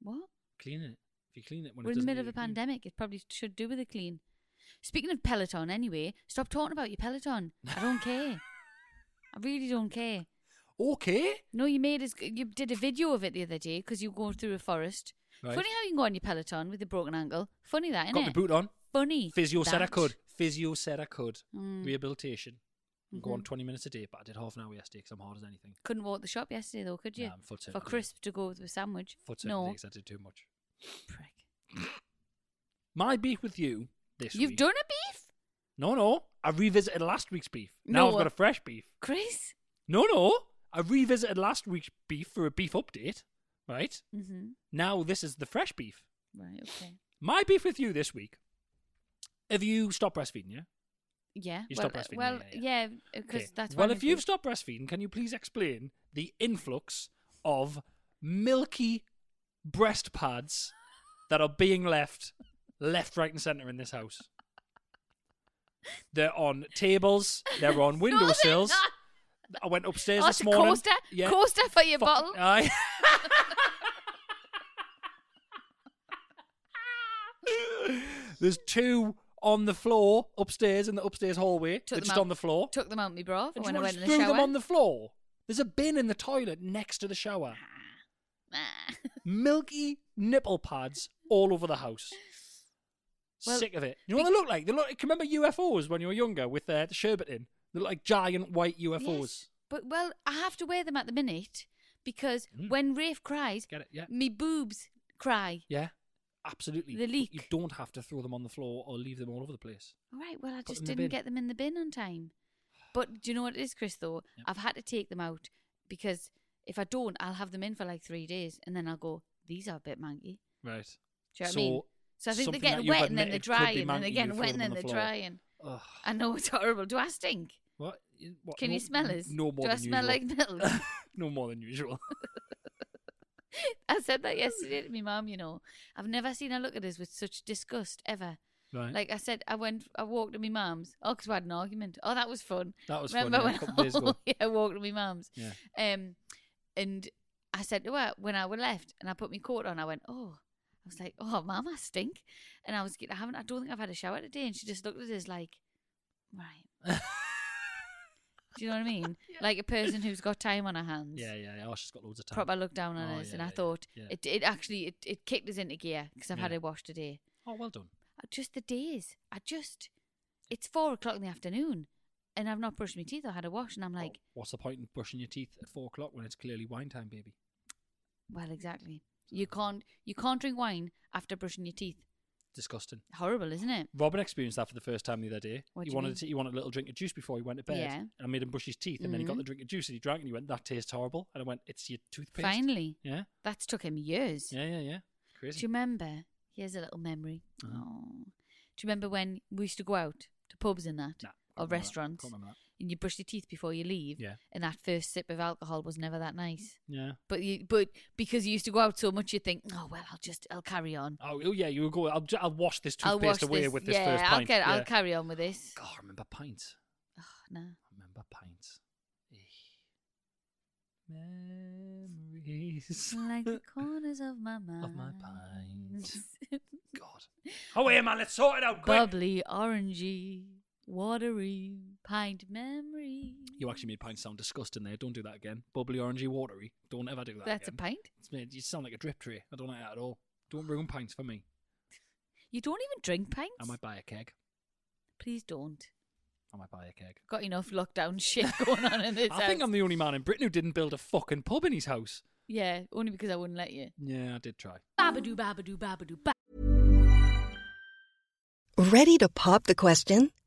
S2: What?
S3: Cleaning it. If you clean it when
S2: We're
S3: it
S2: in the
S3: doesn't
S2: middle of
S3: need
S2: a
S3: to clean.
S2: pandemic. It probably should do with a clean. Speaking of Peloton, anyway, stop talking about your Peloton. I don't care. I really don't care.
S3: Okay.
S2: No, you made us. You did a video of it the other day because you were going through a forest.
S3: Right.
S2: Funny how you can go on your Peloton with a broken ankle. Funny that,
S3: Got
S2: isn't
S3: my
S2: it?
S3: boot on.
S2: Funny.
S3: Physio said I
S2: that.
S3: could. Physio said I could.
S2: Mm.
S3: Rehabilitation. I Go on
S2: Mhm.
S3: 20 minutes a day, but I did half an hour yesterday because I'm hard as anything.
S2: Couldn't walk the shop yesterday though, could you?
S3: Nah, I'm full
S2: For
S3: circuit.
S2: crisp to go with a sandwich.
S3: Foot no.
S2: no,
S3: because I did too much.
S2: prick.
S3: My beef with you this
S2: You've
S3: week.
S2: done a beef,
S3: No, no. I revisited last week's beef. Now I've
S2: No. uh,
S3: got a fresh beef.
S2: Chris.
S3: No, no. I revisited last week's beef for a beef update, right?
S2: Mm-hmm.
S3: Now this is the fresh beef.
S2: Right. Okay.
S3: My beef with you this week. Have you stopped breastfeeding, yeah?
S2: Yeah.
S3: You
S2: well,
S3: stopped breastfeeding,
S2: uh, Well,
S3: yeah, yeah,
S2: yeah, because
S3: Okay.
S2: that's
S3: well,
S2: one
S3: if
S2: of the-
S3: you've stopped breastfeeding, can you please explain the influx of milky breast pads that are being left, left, right, and centre in this house? They're on tables. They're on
S2: No, they're
S3: windowsills.
S2: not.
S3: I went upstairs
S2: Oh,
S3: this
S2: it's a
S3: morning.
S2: coaster, coaster for your
S3: Fuck-
S2: bottle.
S3: Aye. There's two on the floor upstairs in the upstairs hallway.
S2: Took
S3: They're
S2: them
S3: just
S2: out-
S3: on the floor.
S2: Took them out of my bra for
S3: And do
S2: when
S3: you
S2: I
S3: wanna
S2: went in
S3: just
S2: the
S3: threw
S2: shower.
S3: them on the floor. There's a bin in the toilet next to the shower.
S2: Ah.
S3: Milky nipple pads all over the house.
S2: Well,
S3: Sick of it. You know what they look like? They look. Can you remember UFOs when you were younger with uh, the sherbet in? They look like giant white UFOs.
S2: Yes, But well, I have to wear them at the minute because
S3: Mm.
S2: when Rafe cries,
S3: Get it? Yeah.
S2: me boobs cry.
S3: Yeah, absolutely.
S2: The
S3: But You
S2: leak.
S3: don't have to throw them on the floor or leave them all over the place.
S2: All right. Well, I
S3: Put
S2: just
S3: them in the
S2: didn't
S3: bin.
S2: get them in the bin on time. But do you know what it is, Chris? Though
S3: Yep.
S2: I've had to take them out because if I don't, I'll have them in for like three days, and then I'll go. These are a bit manky.
S3: Right.
S2: Do you know what
S3: so,
S2: I mean? So I think they're
S3: something that
S2: getting
S3: you've
S2: wet and then they're
S3: admitted could be
S2: drying, and then
S3: manky,
S2: they're
S3: you
S2: getting
S3: throw
S2: wet and
S3: them
S2: then
S3: on
S2: they're
S3: the floor.
S2: drying.
S3: Ugh.
S2: I know it's horrible. Do I stink?
S3: What? You- what?
S2: Can
S3: No-
S2: you smell us?
S3: No more
S2: Do I
S3: than
S2: smell like
S3: usual.
S2: milk?
S3: no more than usual.
S2: I said that yesterday to my mum. You know, I've never seen her look at us with such disgust ever.
S3: Right.
S2: Like I said, I went, I walked to my mum's. Oh, 'cause we had an argument. Oh, that was fun.
S3: That was fun,
S2: Remember
S3: yeah, a
S2: when
S3: couple days ago.
S2: yeah, I walked to my mum's.
S3: Yeah.
S2: Um, and I said to her when I were left, and I put my coat on. I went, oh, I was like, oh, mum, I stink. And I was, I haven't, I don't think I've had a shower today. And she just looked at us like, right. Do you know what I mean? Like a person who's got time on her hands
S3: Yeah, yeah, yeah. Oh, she's got loads of time.
S2: proper looked down on
S3: Oh,
S2: us,
S3: yeah,
S2: and I
S3: yeah, yeah,
S2: thought
S3: yeah.
S2: it it actually it, it kicked us into gear because I've had
S3: Yeah.
S2: a wash today.
S3: Oh, well done.
S2: Uh, Just the days, I just it's four o'clock in the afternoon, and I've not brushed my teeth or had a wash, and I'm like,
S3: Well, Oh, what's the point in brushing your teeth at four o'clock when it's clearly wine time, baby?
S2: well, exactly. You can't you can't drink wine after brushing your teeth.
S3: Disgusting.
S2: Horrible, isn't it?
S3: Robin experienced that for the first time the other day.
S2: What
S3: he
S2: do you
S3: wanted
S2: mean?
S3: To, he wanted a little drink of juice before he went to bed.
S2: Yeah.
S3: And I made him brush his teeth, and then he got
S2: Mhm.
S3: the drink of juice and he drank, and he went, "That tastes horrible." And I went, "It's your toothpaste."
S2: Finally,
S3: Yeah.
S2: that's took him years.
S3: Yeah, yeah, yeah.
S2: Do
S3: Crazy.
S2: you remember? Here's a little memory.
S3: Mhm.
S2: Oh, do you remember when we used to go out to pubs and that, or
S3: Nah, can't remember that.
S2: restaurants,
S3: Can't remember
S2: and you brush your teeth before you leave?
S3: Yeah.
S2: And that first sip of alcohol was never that nice.
S3: that. Yeah.
S2: But you, but because you used to go out so much, you think, oh well, I'll just, I'll carry on.
S3: Oh, oh, yeah, you were going. I'll, ju- I'll wash this
S2: I'll wash
S3: toothpaste away with this
S2: yeah,
S3: first
S2: I'll
S3: pint.
S2: get,
S3: yeah.
S2: I'll carry on with this.
S3: God, I remember pints.
S2: Oh, no.
S3: I remember pints. Eh. Memories.
S2: Like the corners of my mind.
S3: Of my mind. God. Oh, here, man, let's sort it out quick.
S2: Bubbly, orangey, watery, pint memory.
S3: You actually made pints sound disgusting there. Don't do that again. Bubbly, orangey, watery. Don't ever do that
S2: That's a
S3: again.
S2: pint.
S3: It's made, you sound like a drip tray. I don't like that at all. Don't ruin pints for me.
S2: You don't even drink pints.
S3: I might buy a keg.
S2: Please don't.
S3: I might buy a keg.
S2: Got enough lockdown shit going on in this
S3: I think
S2: house.
S3: I'm the only man in Britain who didn't build a fucking pub in his house.
S2: yeah, only because I wouldn't let you.
S3: Yeah, I did try.
S2: Babadoo, babadoo, babadoo, ba-
S6: Ready to pop the question?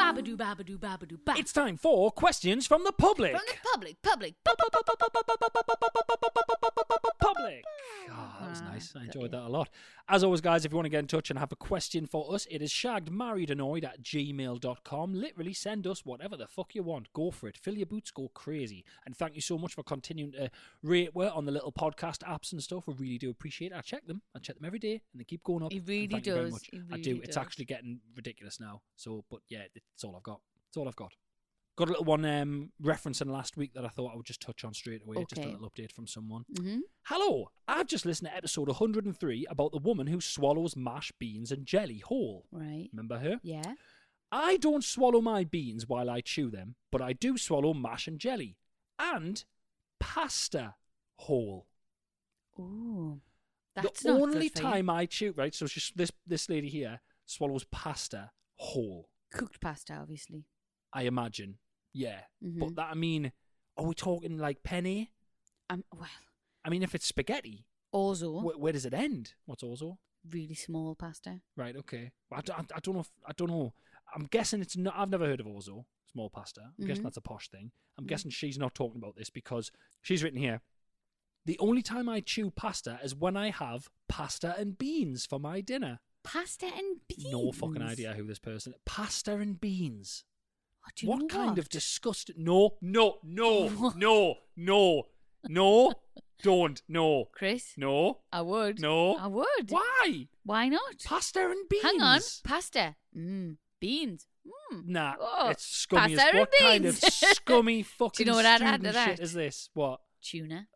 S2: Babadoo, babadoo, babadoo, ba.
S3: It's time for questions from the public.
S2: from the public, public, bu-
S3: Public. Oh, that was nice. I enjoyed that a lot. As always, guys, if you want to get in touch and have a question for us, it is shaggedmarriedannoyed at gmail.com. Literally send us whatever the fuck you want. Go for it. Fill your boots, go crazy. And thank you so much for continuing to rate we on the little podcast apps and stuff. We really do appreciate it. I check them. I check them every day and they keep going up.
S2: He
S3: And
S2: really
S3: thank you very
S2: does.
S3: much.
S2: He
S3: I do.
S2: really
S3: It's
S2: does.
S3: actually getting ridiculous now. So, but yeah, it's all I've got. It's all I've got. Got a little one um, referencing last week that I thought I would just touch on straight away. Just a
S2: Okay.
S3: little update from someone.
S2: Mhm.
S3: Hello, I've just listened to episode 103 about the woman who swallows mashed beans and jelly whole.
S2: Right.
S3: Remember her?
S2: Yeah.
S3: I don't swallow my beans while I chew them, but I do swallow mash and jelly and pasta whole.
S2: Ooh. That's
S3: the
S2: not
S3: only
S2: good for you.
S3: time I chew, right? So she's, this this lady here swallows pasta whole.
S2: cooked pasta, obviously.
S3: I imagine, yeah.
S2: Mhm.
S3: But that I mean, are we talking like penny?
S2: Um, well,
S3: I mean, if it's spaghetti,
S2: also
S3: wh- where does it end? What's also?
S2: really small pasta.
S3: Right. Okay. I, d- I, d- I don't know. If, I don't know. I'm guessing it's not. I've never heard of orzo small pasta. I'm guessing
S2: Mhm.
S3: that's a posh thing. I'm
S2: Mhm.
S3: guessing she's not talking about this because she's written here. The only time I chew pasta is when I have pasta and beans for my dinner.
S2: Pasta and beans.
S3: No fucking idea who this person. Pasta and beans.
S2: Oh, do you
S3: what
S2: know
S3: kind
S2: what?
S3: of disgust? No, no, no, no, no, no. Don't. No.
S2: Chris?
S3: No.
S2: I would.
S3: No.
S2: I would.
S3: Why?
S2: Why not?
S3: Pasta and beans.
S2: Hang on. Pasta. Mm. Beans. Mm.
S3: Nah,
S2: Oh,
S3: it's scummy.
S2: pasta
S3: As,
S2: and
S3: what kind of
S2: beans.
S3: scummy fucking
S2: Do you know what I'd add
S3: student
S2: to
S3: shit
S2: that?
S3: is this? What?
S2: Tuna.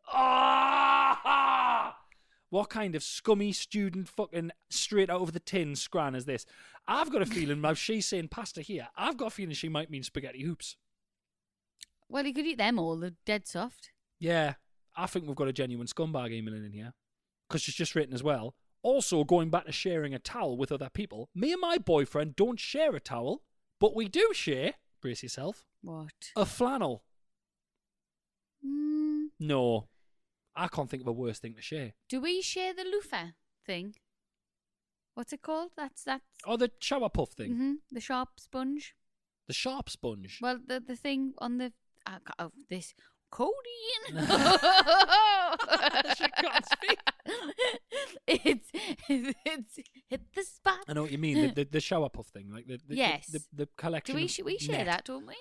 S3: Ah! What kind of scummy student fucking straight out of the tin scran is this? I've got a feeling, now she's saying pasta here, I've got a feeling she might mean spaghetti hoops.
S2: Well, you could eat them all. They're dead soft.
S3: Yeah, I think we've got a genuine scumbag emailing in here. Because she's just written as well. Also, going back to sharing a towel with other people, me and my boyfriend don't share a towel, but we do share, brace yourself,
S2: What?
S3: a flannel.
S2: Mm.
S3: No. I can't think of a worse thing to share.
S2: Do we share the loofah thing? What's it called? That's that's
S3: Oh, the shower puff thing.
S2: Mhm, the sharp sponge.
S3: The sharp sponge.
S2: Well, the the thing on the I ca- oh, this codeine.
S3: She can't speak.
S2: it's it's hit the spot.
S3: I know what you mean. The, the, the shower puff thing. Like the, the
S2: Yes.
S3: The, the, the collection.
S2: Do we
S3: of
S2: sh- we share
S3: net.
S2: that, don't we?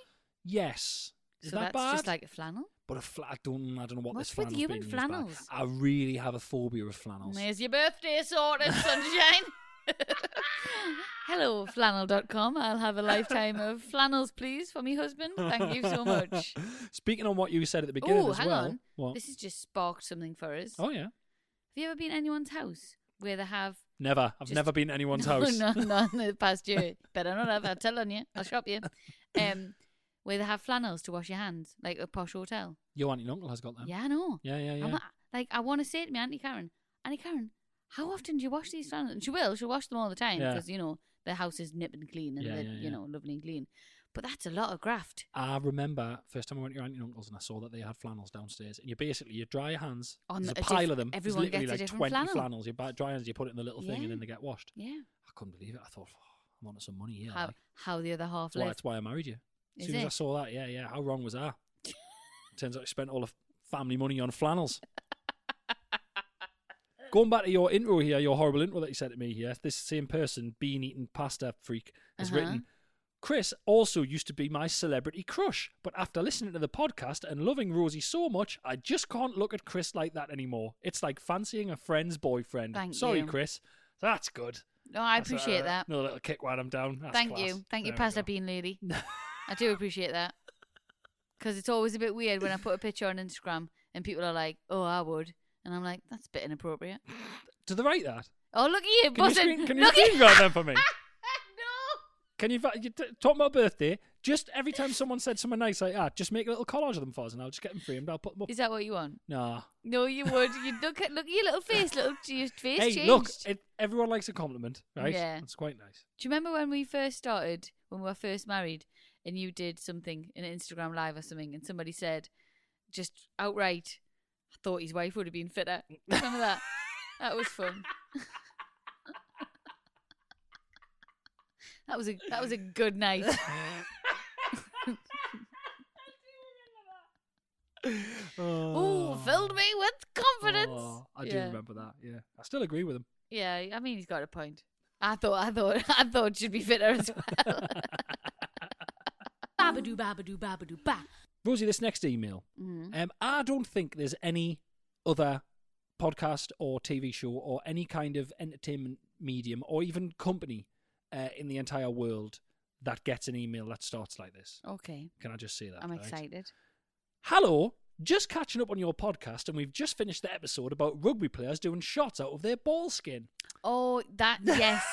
S3: Yes. Is
S2: so
S3: that
S2: that's
S3: bad?
S2: just like a flannel.
S3: but a flat. I don't. I don't know what
S2: What's
S3: this.
S2: with
S3: flannel's
S2: you
S3: been
S2: and
S3: used by.
S2: flannels?
S3: I really have a phobia of flannels.
S2: There's your birthday sorted, sunshine. Hello, flannel.com. I'll have a lifetime of flannels, please, for me husband. Thank you so much.
S3: Speaking on what you said at the beginning
S2: Oh,
S3: as
S2: hang
S3: well.
S2: on.
S3: What?
S2: This has just sparked something for us.
S3: oh yeah.
S2: Have you ever been to anyone's house where they have?
S3: Never. I've
S2: just-
S3: never been to anyone's
S2: No,
S3: house.
S2: No, no, in the past year. Better not have. I'll tell on you. I'll shop you. Um, where they have flannels to wash your hands, like a posh hotel.
S3: Your auntie and uncle has got them.
S2: Yeah, I know.
S3: Yeah, yeah,
S2: I'm
S3: yeah.
S2: not- like I want to say to my auntie Karen, Auntie Karen, how often do you wash these flannels? And she will. She'll wash them all the time
S3: Yeah.
S2: because you know the house is nip and clean and
S3: Yeah,
S2: they're,
S3: yeah, yeah.
S2: you know lovely and clean. But that's a lot of graft.
S3: I remember first time I went to your auntie and uncle's and I saw that they had flannels downstairs. And you basically you dry your hands.
S2: On
S3: there's
S2: the- a
S3: a pile
S2: diff-
S3: of them. There's
S2: everyone
S3: literally
S2: gets a
S3: like
S2: different
S3: 20
S2: flannel.
S3: flannels. You buy, dry your hands, you put it in the little thing,
S2: Yeah.
S3: and then they get washed.
S2: Yeah.
S3: I couldn't believe it. I thought, "Fuck, I'm onto some money here.
S2: How
S3: like."
S2: how the other half
S3: that's, why,
S2: live?
S3: that's why I married you.
S2: Is
S3: As soon as I
S2: it?
S3: saw that, yeah, yeah. How wrong was I? Turns out I spent all of family money on flannels. Going back to your intro here, your horrible intro that you said to me here, this same person, bean eating pasta freak, has
S2: Uh-huh.
S3: written Chris also used to be my celebrity crush, but after listening to the podcast and loving Rosie so much, I just can't look at Chris like that anymore. It's like fancying a friend's boyfriend.
S2: Thank
S3: Sorry,
S2: you.
S3: Chris. That's good.
S2: No, I
S3: That's a-
S2: appreciate that.
S3: Another little kick while I'm down. That's
S2: Thank
S3: class.
S2: you. Thank you,
S3: There we
S2: Pasta
S3: go.
S2: Bean Lady. I do appreciate that. Because it's always a bit weird when I put a picture on Instagram and people are like, oh, I would. And I'm like, that's a bit inappropriate.
S3: Do they write that?
S2: Oh, look at you,
S3: Can you
S2: buzzing.
S3: screen, can you
S2: look
S3: screen
S2: at-
S3: guard them for me?
S2: no.
S3: Can you, fa- you t- talk about birthday? Just every time someone said something nice like that, just make a little collage of them for us, and I'll just get them framed. I'll put them up.
S2: Is that what you want?
S3: Nah.
S2: No, you would. You look at look at your little face, little your face
S3: hey,
S2: changed.
S3: look, it, everyone likes a compliment, right?
S2: Yeah.
S3: That's quite nice.
S2: Do you remember when we first started, when we were first married, and you did something in an Instagram live or something, and somebody said, just outright, I thought his wife would have been fitter. Remember that? that was fun. that was a that was a good night. Ooh, filled me with confidence.
S3: Oh, I do
S2: Yeah.
S3: remember that, yeah. I still agree with him.
S2: Yeah, I mean he's got a point. I thought, I thought, I thought she'd be fitter as well.
S4: Babadoo, babadoo, babadoo, ba.
S3: Rosie, this next email.
S2: Mm-hmm.
S3: Um, I don't think there's any other podcast or TV show or any kind of entertainment medium or even company uh, in the entire world that gets an email that starts like this.
S2: okay,
S3: Can I just say that?
S2: I'm
S3: right?
S2: excited.
S3: Hello, just catching up on your podcast, and we've just finished the episode about rugby players doing shots out of their ball skin.
S2: Oh, that yes,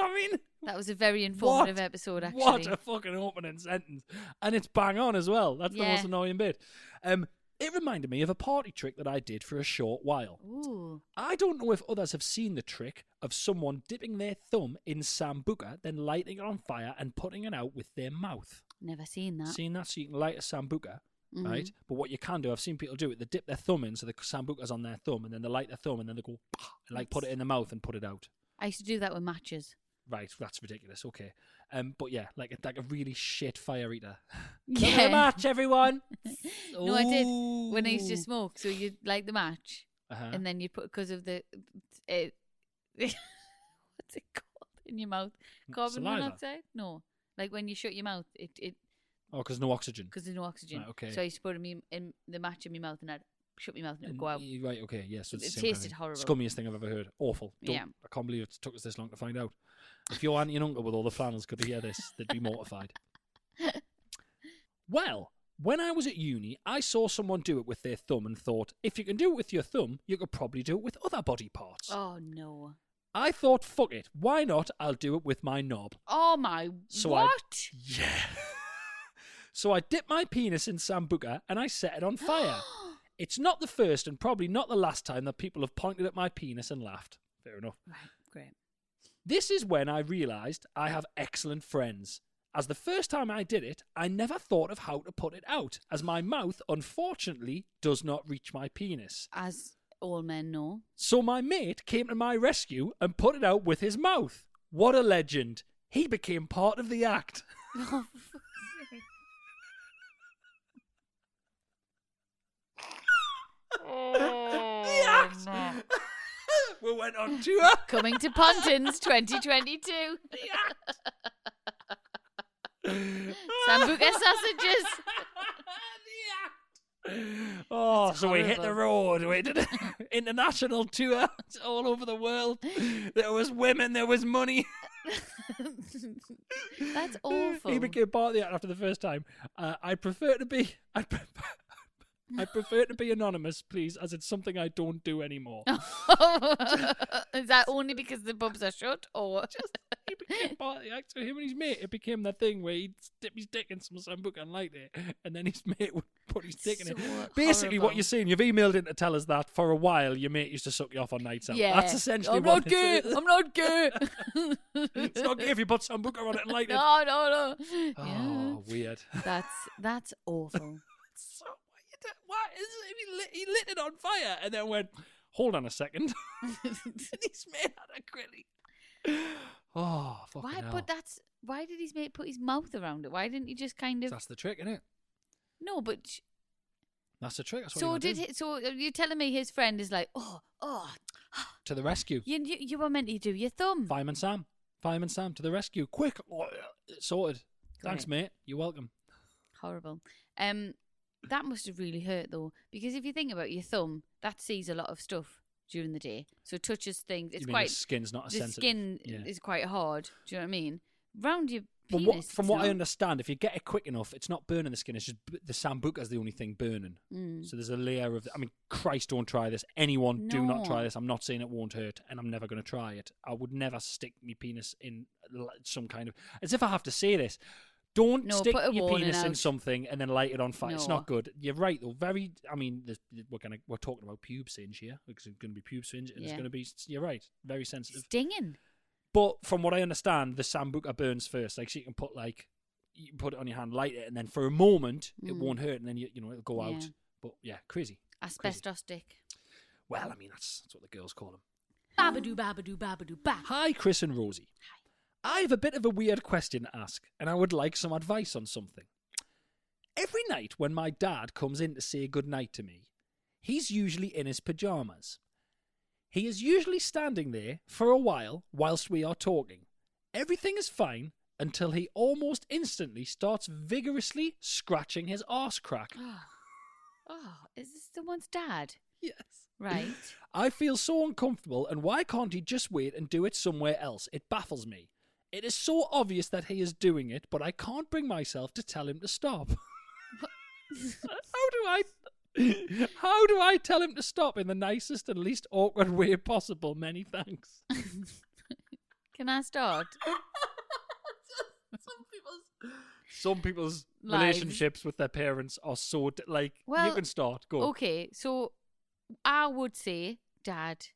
S3: I mean,
S2: that was a very informative
S3: what-
S2: episode. Actually,
S3: What a fucking opening sentence. And it's bang on as well. That's the
S2: Yeah.
S3: most annoying bit. Um, it reminded me of a party trick that I did for a short while.
S2: Ooh,
S3: I don't know if others have seen the trick of someone dipping their thumb in sambuca, then lighting it on fire and putting it out with their mouth.
S2: never seen that. Mm-hmm.
S3: Seen that? So you can light a sambuca, right? But what you can do, I've seen people do it, they dip their thumb in so the sambuca's on their thumb and then they light their thumb and then they go, and like put it in the mouth and put it out.
S2: I used to do that with matches.
S3: Right, that's ridiculous. Okay, um, but yeah, like a, like a really shit fire eater.
S2: Yeah.
S3: Another match, everyone.
S2: No, I did when I used to smoke. So you'd light the match,
S3: Uh-huh.
S2: and then you put because of the it, what's it called in your mouth? Carbon
S3: Mm, Saliva.
S2: monoxide? No, like when you shut your mouth, it it
S3: oh, because no oxygen.
S2: because there's no oxygen.
S3: Right, okay.
S2: So I used to put 'em in, in the match in my mouth, and I'd shut my mouth and it would go out.
S3: And- Right, okay, yes.
S2: It
S3: same kind of
S2: tasted
S3: thing.
S2: horrible.
S3: Scummiest thing I've ever heard. Awful. Don't-
S2: Yeah.
S3: I can't believe it took us this long to find out. If your auntie and uncle with all the flannels could hear this, they'd be mortified. well, when I was at uni, I saw someone do it with their thumb and thought, if you can do it with your thumb, you could probably do it with other body parts.
S2: Oh no!
S3: I thought, fuck it, why not? I'll do it with my knob.
S2: Oh my!
S3: So I-
S2: what?
S3: Yeah. so I dipped my penis in sambuca and I set it on fire. it's not the first and probably not the last time that people have pointed at my penis and laughed. Fair enough.
S2: Right, great.
S3: This is when I realised I have excellent friends. As the first time I did it, I never thought of how to put it out, as my mouth, unfortunately, does not reach my penis.
S2: As all men know,
S3: So my mate came to my rescue and put it out with his mouth. What a legend. He became part of the act. the act! we went on tour.
S2: coming to Pontins 2022, sambuca sausages.
S3: Oh, so we hit the
S2: horrible.
S3: road. We did an international tour all over the world. There was women, there was money.
S2: That's
S3: He
S2: awful.
S3: became part of the act after the first time. Uh, I prefer to be. I prefer, I prefer to be anonymous, please, as it's something I don't do anymore.
S2: Is that only because the pubs are shut, or
S3: he became part of the act. So him and his mate, it became that thing where he'd dip his dick in some sambuca and light it, and then his mate would put his dick in it.
S2: So
S3: Basically, what
S2: horrible.
S3: you're saying, you've emailed in to tell us that for a while your mate used to suck you off on nights out.
S2: yeah?
S3: That's essentially
S2: I'm
S3: what
S2: not gay.
S3: it is.
S2: I'm not gay.
S3: it's not gay if you put sambuca on it and light it.
S2: no, no, no.
S3: Oh, weird.
S2: Yeah. That's that's awful.
S3: so weird. Why is it? He lit, he lit it on fire and then went, hold on a second. and he's made out of gritty. Oh, fucking
S2: why?
S3: hell.
S2: But that's why did his mate put his mouth around it? Why didn't he just kind of
S3: That's the trick, isn't it?
S2: no? But sh-
S3: That's the trick. That's what you
S2: so uh,
S3: gotta
S2: did
S3: do.
S2: he, so. You're telling me his friend is like, oh, oh,
S3: to the rescue.
S2: You, you you were meant to do your thumb.
S3: Fireman Sam. Fireman Sam to the rescue. Quick. Sorted. Thanks, mate. You're welcome.
S2: Horrible. Um, that must have really hurt though, because if you think about it, your thumb, that sees a lot of stuff during the day, so it touches things. It's
S3: you mean
S2: quite
S3: your skin's not as
S2: the
S3: sensitive?
S2: skin
S3: Yeah.
S2: is quite hard. Do you know what I mean? Round your
S3: But
S2: penis.
S3: what, from
S2: it's
S3: what I
S2: not-
S3: understand, if you get it quick enough, it's not burning the skin. It's just b- the sambuca's the only thing burning.
S2: Mm.
S3: So there's a layer of. I mean, Christ, don't try this. Anyone, do not
S2: No.
S3: try this. I'm not saying it won't hurt, and I'm never going to try it. I would never stick my penis in l- some kind of. As if I have to say this. Don't
S2: No,
S3: stick
S2: put a
S3: your
S2: warning
S3: penis in
S2: out.
S3: something and then light it on fire. It's
S2: No.
S3: not good. You're right though. Very. I mean, there's, we're gonna we're talking about pube singe here because it's going to be pube singe and it's
S2: Yeah.
S3: going to be. You're right. Very sensitive.
S2: stinging.
S3: But from what I understand, the sambuca burns first. Like, so you can put like you can put it on your hand, light it, and then for a moment it
S2: Mm.
S3: won't hurt, and then you you know it'll go out.
S2: Yeah.
S3: But yeah, crazy.
S2: Asbestos dick.
S3: Well, I mean that's that's what the girls call them.
S2: Babadoo, babadoo, babadoo, ba.
S3: Hi, Chris and Rosie. Hi. I have a bit of a weird question to ask, and I would like some advice on something. Every night when my dad comes in to say goodnight to me, he's usually in his pajamas. He is usually standing there for a while whilst we are talking. Everything is fine until he almost instantly starts vigorously scratching his arse crack.
S2: Oh. oh, is this someone's dad?
S3: Yes.
S2: Right.
S3: I feel so uncomfortable, and why can't he just wait and do it somewhere else? It baffles me. It is so obvious that he is doing it, but I can't bring myself to tell him to stop. how do I? How do I tell him to stop in the nicest and least awkward way possible? Many thanks.
S2: Can I start?
S3: Some people's
S2: Lives.
S3: relationships with their parents are so d- like you
S2: Well,
S3: can start. Go.
S2: Okay, so I would say, Dad,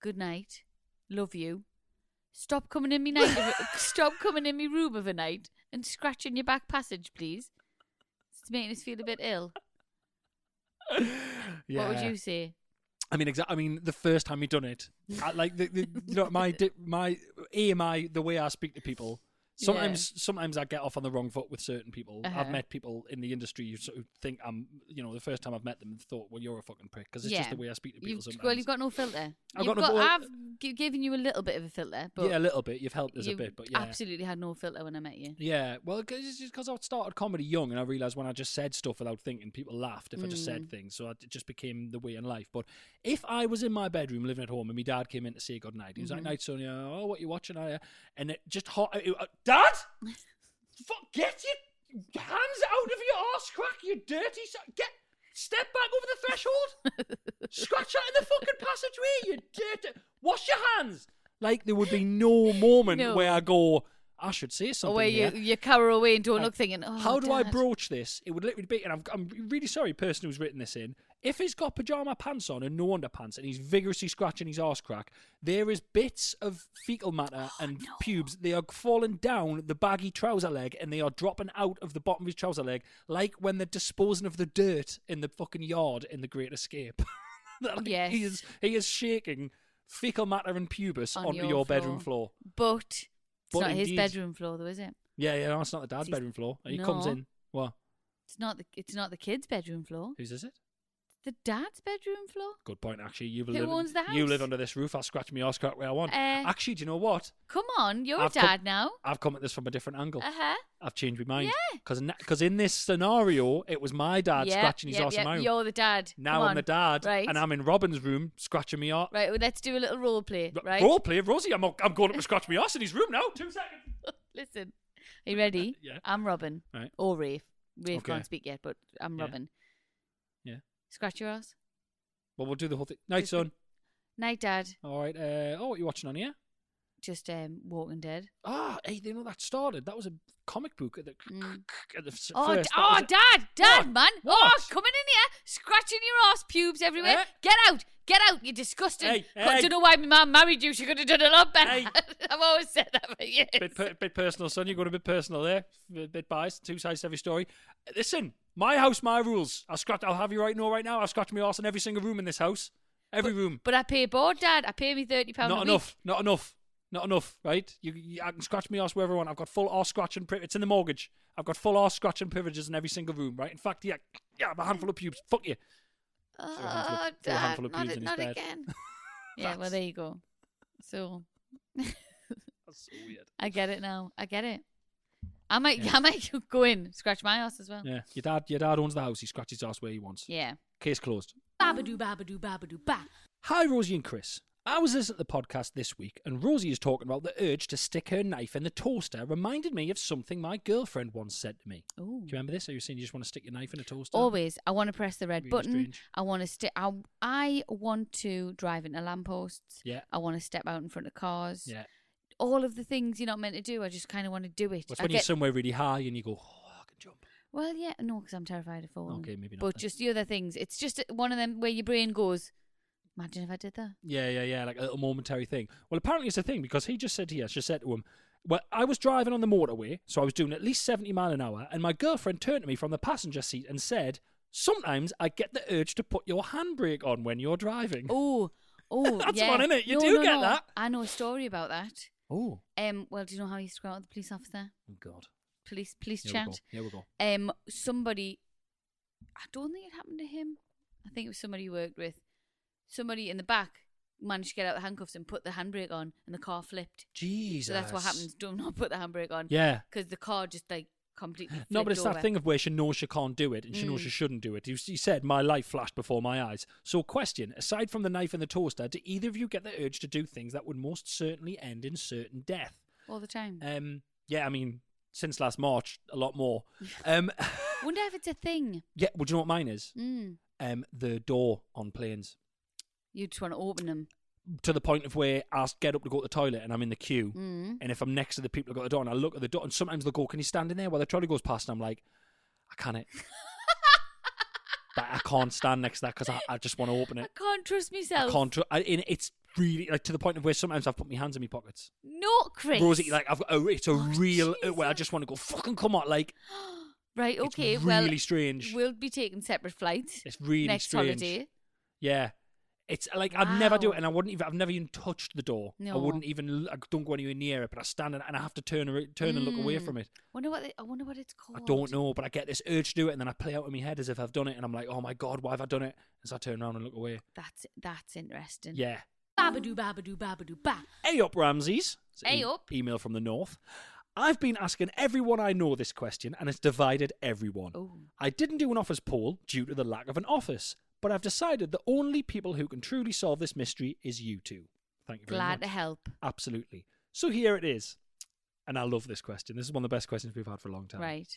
S2: good night, love you. Stop coming in me night. of- stop coming in me room of a night and scratching your back passage, please. It's making us feel a bit ill.
S3: Yeah.
S2: What would you say?
S3: I mean, exactly. I mean, the first time he done it, I, like the, the you know, my di- my a my the way I speak to people. Sometimes, sometimes I get off on the wrong foot with certain people. I've
S2: Uh-huh.
S3: met people in the industry who sort of think I'm, you know, the first time I've met them, thought, well, you're a fucking prick because it's just the way I speak to people.
S2: You've-
S3: sometimes.
S2: well, you've got no filter.
S3: I've
S2: you've
S3: got no-
S2: I've g- given you a little bit of a filter, but
S3: yeah, a little bit. You've helped us a
S2: you
S3: bit, but yeah,
S2: absolutely had no filter when I met you.
S3: yeah. Well, cause it's just because I started comedy young, and I realized when I just said stuff without thinking, people laughed if I just said things. So I- it just became the way in life. But if I was in my bedroom living at home and my dad came in to say good night, he was like, "Night, Sonia. Oh, what you watching?" I, and it just hot. it- uh, Dad, fuck, get your hands out of your arse crack, you dirty. So- get step back over the threshold. Scratch out in the fucking passageway, you dirty. Wash your hands. Like there would be no moment
S2: No.
S3: where I go. I should say something.
S2: or where you,
S3: here."
S2: you cower away and don't
S3: Like,
S2: look thinking, oh,
S3: how do I
S2: Dad."
S3: broach this? It would literally be, and I'm, I'm really sorry, person who's written this in. If he's got pajama pants on and no underpants, and he's vigorously scratching his arse crack, there is bits of fecal matter
S2: Oh,
S3: and pubes. They are falling down the baggy trouser leg, and they are dropping out of the bottom of his trouser leg, like when they're disposing of the dirt in the fucking yard in The Great Escape. Like,
S2: Yes.
S3: he is he is shaking fecal matter and pubis
S2: On
S3: onto your,
S2: your
S3: bedroom
S2: floor.
S3: floor.
S2: But it's
S3: But
S2: not his
S3: indeed-
S2: bedroom floor, though, is it?
S3: Yeah, yeah, no, it's not the dad's
S2: He's-
S3: bedroom floor. He comes
S2: No.
S3: in. What?
S2: It's not the it's not the kids' bedroom floor.
S3: Whose is it?
S2: The dad's bedroom floor.
S3: Good point, actually. You
S2: Who
S3: live,
S2: owns the
S3: You
S2: house?
S3: live under this roof. I'll scratch my arse crack where I want.
S2: Uh,
S3: actually, do you know what?
S2: Come on, you're
S3: I've
S2: a
S3: come-
S2: dad now.
S3: I've come at this from a different angle.
S2: Uh huh.
S3: I've changed my mind.
S2: Yeah.
S3: Because in this scenario, it was my dad scratching his arse in my room.
S2: You're the dad.
S3: now
S2: Come
S3: I'm
S2: on.
S3: the dad,
S2: Right.
S3: and I'm in Robin's room scratching me arse.
S2: right. Well, let's do a little role play.
S3: R-
S2: Right.
S3: Role play, Rosie. I'm, I'm going up to scratch my arse in his room now. Two seconds.
S2: Listen. Are you ready?
S3: Yeah.
S2: I'm Robin.
S3: Right.
S2: Or Rafe. Rafe
S3: Okay.
S2: can't speak yet, but I'm
S3: Yeah.
S2: Robin.
S3: Yeah.
S2: Scratch your ass.
S3: Well, we'll do the whole thing. Night,
S2: Just-
S3: son.
S2: Night, Dad.
S3: All right. Uh, oh, what you watching on here?
S2: Just um, Walking Dead.
S3: Ah, hey, you know that started. That was a comic book at the,
S2: Mm.
S3: at the s-
S2: Oh,
S3: first.
S2: d-
S3: That
S2: oh,
S3: was a-
S2: Dad, Dad,
S3: What?
S2: man.
S3: What?
S2: Oh, coming in here, scratching your ass pubes everywhere.
S3: Eh?
S2: Get out, get out. You're disgusting.
S3: Hey,
S2: I
S3: hey.
S2: don't know why my mum married you. She could have done a lot better.
S3: Hey.
S2: I've always said that for years.
S3: bit, per- bit personal, son. You're going a bit personal there. A bit biased. Two sides to every story. Listen, my house, my rules. I'll scratch. I'll have you right now. Right now, I'll scratch my arse in every single room in this house. Every room.
S2: But I pay board, Dad. I pay me thirty pound. a
S3: Not
S2: week.
S3: enough. Not enough. Not enough. Right? You, you, I can scratch my arse wherever I want. I've got full arse scratching. Pri- it's in the mortgage. I've got full arse scratching privileges in every single room. Right? In fact, yeah, yeah, I have a handful of pubes. Fuck you.
S2: Oh,
S3: a handful of- threw a
S2: Dad,
S3: handful of
S2: not,
S3: pubes in his
S2: not
S3: bed.
S2: again. Yeah, well, there you go. So
S3: That's so weird.
S2: I get it now. I get it. I might, I might go in, scratch my ass as well.
S3: Yeah, your dad, your dad owns the house. He scratches his ass where he wants.
S2: Yeah.
S3: Case closed.
S2: Babadoo, babadoo, babadoo, ba.
S3: Hi, Rosie and Chris. I was listening to the podcast this week, and Rosie is talking about the urge to stick her knife in the toaster. Reminded me of something my girlfriend once said to me.
S2: Ooh.
S3: Do you remember this? Are you saying you just want to stick your knife in a toaster?
S2: Always, I want to press the red
S3: Really
S2: button.
S3: strange.
S2: I want to stick. I, I want to drive into lampposts.
S3: Yeah.
S2: I want to step out in front of cars.
S3: Yeah.
S2: All of the things you're not meant to do, I just kind of want to do it.
S3: Well, it's
S2: I
S3: when you're
S2: get-
S3: somewhere really high and you go, oh, I can jump.
S2: well, yeah, no, because I'm terrified of falling.
S3: Okay, maybe not
S2: But
S3: then.
S2: just the other things. It's just one of them where your brain goes, imagine if I did that.
S3: Yeah, yeah, yeah, like a little momentary thing. Well, apparently it's a thing because he just said to us, she said to him, Well, I was driving on the motorway, so I was doing at least 70 mile an hour, and my girlfriend turned to me from the passenger seat and said, Sometimes I get the urge to put your handbrake on when you're driving.
S2: Oh, oh,
S3: That's
S2: yeah.
S3: one, innit? You
S2: No,
S3: do
S2: no,
S3: get
S2: no.
S3: that.
S2: I know a story about that.
S3: Oh,
S2: Um, well, do you know how you used to go out with the police officer?
S3: oh God.
S2: Police, police
S3: Here
S2: chat.
S3: we go. Here we go.
S2: um somebody I don't think it happened to him. I think it was somebody he worked with. Somebody in the back managed to get out the handcuffs and put the handbrake on and the car flipped.
S3: Jesus.
S2: So that's what happens. Do not put the handbrake on.
S3: Yeah.
S2: Because the car just like completely
S3: No, but
S2: flipped
S3: it's
S2: over.
S3: that thing of where she knows she can't do it and she knows
S2: Mm.
S3: she shouldn't do it. He, he said, My life flashed before my eyes. So, question aside from the knife and the toaster, do either of you get the urge to do things that would most certainly end in certain death?
S2: all the time.
S3: Um, yeah, I mean, since last March, a lot more. Um,
S2: Wonder if it's a thing.
S3: yeah, well, do you know what mine is?
S2: Mm.
S3: Um, the door on planes
S2: You just want to open them.
S3: to the point of where I get up to go to the toilet and I'm in the queue.
S2: Mm.
S3: And if I'm next to the people that got the door and I look at the door, and sometimes they'll go, Can you stand in there? While the trolley goes past, and I'm like, I can't. but I can't stand next to that because I, I just want to open
S2: I
S3: it.
S2: can't trust
S3: I
S2: myself.
S3: can't. Tr- I, and it's really like to the point of where sometimes I've put my hands in my pockets.
S2: Not Chris.
S3: Rosie, like I've got, oh, it's a
S2: Oh,
S3: real uh, where I
S2: Jesus.
S3: just want to go. Fucking come on, like
S2: right.
S3: it's
S2: Okay.
S3: really
S2: well,
S3: strange.
S2: we'll be taking separate flights
S3: It's really
S2: next
S3: strange.
S2: holiday.
S3: Yeah. It's like I'd never do
S2: Wow.
S3: it, and I wouldn't even. I've never even touched the door. I
S2: No.
S3: wouldn't even. I don't go anywhere near it, but I stand and, and I have to turn ar- turn and look away
S2: Mm.
S3: from it.
S2: Wonder what they, I wonder what it's
S3: I
S2: called.
S3: don't know, but I get this urge to do it, and then I play out in my head as if I've done it, and I'm like, oh my god, why have I done it? And so I turn around and look away.
S2: That's that's interesting.
S3: Yeah.
S2: Babadoo, babadoo, babadoo, ba.
S3: Hey up, Ramses. It's e-
S2: Hey up.
S3: Email from the north. I've been asking everyone I know this question, and it's divided everyone.
S2: Oh.
S3: I didn't do an office poll due to the lack of an office, but I've decided the only people who can truly solve this mystery is you two. Thank you very much.
S2: Glad to help.
S3: Absolutely. So here it is. And I love this question. This is one of the best questions we've had for a long time.
S2: Right.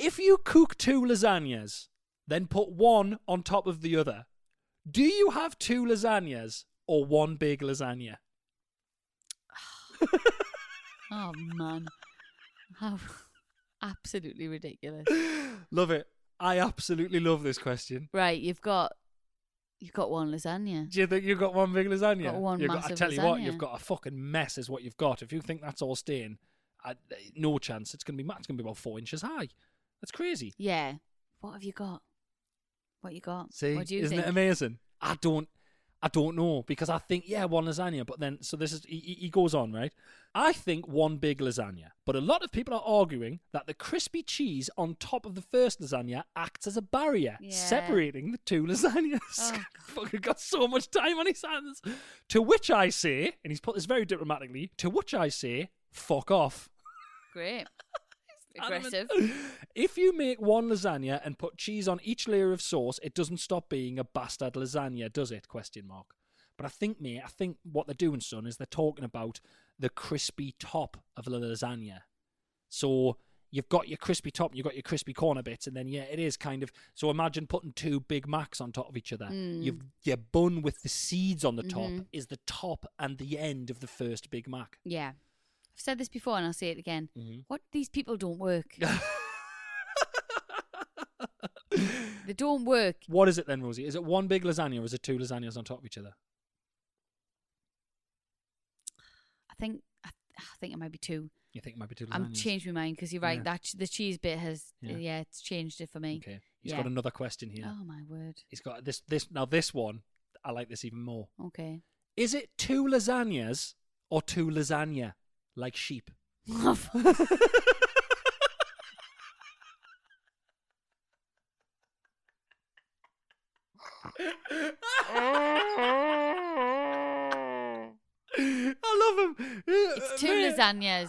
S3: If you cook two lasagnas, then put one on top of the other, do you have two lasagnas or one big lasagna?
S2: Oh man. How absolutely ridiculous.
S3: Love it. I absolutely love this question.
S2: Right, you've got you've got one lasagna.
S3: Do you think you've got one big lasagna?
S2: Got one
S3: You've I
S2: massive
S3: tell you what,
S2: lasagna.
S3: you've got a fucking mess, is what you've got. If you think that's all staying, I, no chance. It's gonna be ma- it's gonna be about four inches high. That's crazy.
S2: Yeah. What have you got? What you got?
S3: See,
S2: what do you
S3: isn't
S2: think?
S3: it amazing? I don't, I don't know because I think yeah, one lasagna, but then so this is he, he- he goes on right. I think one big lasagna, but a lot of people are arguing that the crispy cheese on top of the first lasagna acts as a barrier
S2: Yeah.
S3: separating the two lasagnas.
S2: Oh.
S3: Fucking got so much time on his hands. To which I say, and he's put this very diplomatically. To which I say, fuck off.
S2: Great.
S3: Adamant.
S2: Aggressive.
S3: If you make one lasagna and put cheese on each layer of sauce, it doesn't stop being a bastard lasagna, does it? Question mark. But I think, mate, I think what they're doing, son, is they're talking about the crispy top of the lasagna. So you've got your crispy top, and you've got your crispy corner bits, and then yeah, it is kind of. So imagine putting two Big Macs on top of each other.
S2: Mm.
S3: You've, your bun with the seeds on the top
S2: Mhm.
S3: is the top and the end of the first Big Mac.
S2: Yeah. I've said this before and I'll say it again.
S3: Mhm.
S2: What these people don't work. they don't work.
S3: What is it then, Rosie? Is it one big lasagna or is it two lasagnas on top of each other?
S2: I think I, I think it might be two.
S3: You think it might be two lasagnas?
S2: I'm changed my mind because you're right.
S3: Yeah.
S2: That the cheese bit has
S3: Yeah.
S2: yeah. it's changed it for me.
S3: Okay, he's
S2: Yeah.
S3: got another question here.
S2: Oh my word.
S3: He's got this. This now, this one, I like this even more.
S2: Okay.
S3: Is it two lasagnas or two lasagna, like sheep? Uh,
S2: It's two lasagnas.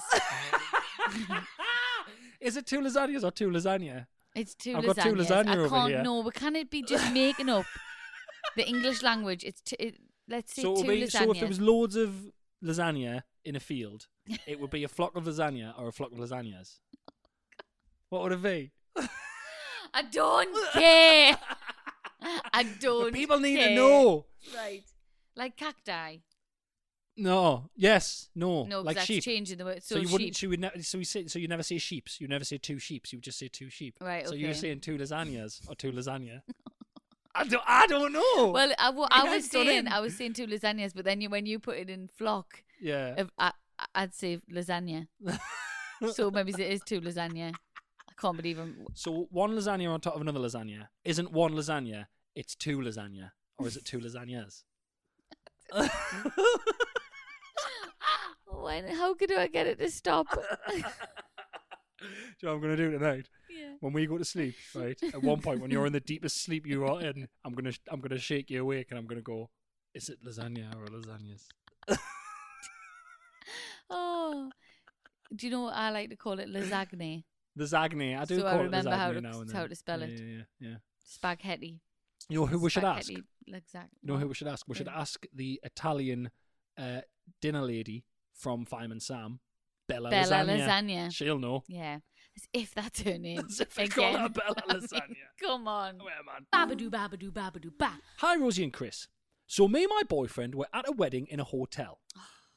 S3: Is it two lasagnas or two lasagna?
S2: It's 2
S3: I've
S2: lasagnas.
S3: got two lasagna
S2: I
S3: over
S2: can't
S3: here.
S2: know. But can it be just making up the English language? It's t- it, let's say
S3: So,
S2: two
S3: it'll be,
S2: lasagnas.
S3: so if there was loads of lasagna in a field, it would be a flock of lasagna or a flock of lasagnas. What would it be?
S2: I don't care. I
S3: But
S2: don't.
S3: people need
S2: care.
S3: to know.
S2: Right. Like cacti.
S3: No. Yes.
S2: No,
S3: No.
S2: 'cause
S3: Oh, like
S2: that's
S3: sheep.
S2: changing the word. So,
S3: So, you
S2: sheep.
S3: wouldn't. She would never. So you say. So you never say sheeps. You never say two sheeps. You would just say two sheep.
S2: Right,
S3: So you're
S2: okay.
S3: saying two lasagnas or two lasagna. I don't. I don't know.
S2: Well, I, wa-
S3: You
S2: I
S3: guys
S2: was
S3: done
S2: saying
S3: in.
S2: I was saying two lasagnas, but then you, when you put it in flock,
S3: yeah.
S2: of- I, I- I'd say lasagna. so maybe it is two lasagna. I can't believe I'm.
S3: So one lasagna on top of another lasagna isn't one lasagna. It's two lasagna, or is it two lasagnas?
S2: When? How could I get it to stop?
S3: Do you know what I'm going to do tonight?
S2: Yeah.
S3: When we go to sleep, right? At one point, when you're in the deepest sleep you are in, I'm gonna I'm gonna shake you awake, and I'm gonna go, "Is it lasagna or lasagnas?"
S2: Oh. Do you know what I like to call it? Lasagna.
S3: Lasagna. I do
S2: So I
S3: call
S2: remember
S3: it lasagna
S2: how to-
S3: now and then.
S2: how to spell it.
S3: Yeah, yeah, yeah. yeah.
S2: Spaghetti.
S3: You know who we should ask?
S2: Spaghetti lasagna.
S3: You know who we should ask? We should
S2: Yeah.
S3: ask the Italian uh, dinner lady from Fireman Sam, Bella,
S2: Bella
S3: Lasagna.
S2: Lasagna.
S3: She'll know.
S2: Yeah. As if that's her name.
S3: As if I call
S2: Again.
S3: her Bella
S2: I mean,
S3: Lasagna.
S2: come on.
S3: Oh, yeah, man.
S2: Babadoo, babadoo, babadoo, ba.
S3: Hi, Rosie and Chris. So me and my boyfriend were at a wedding in a hotel.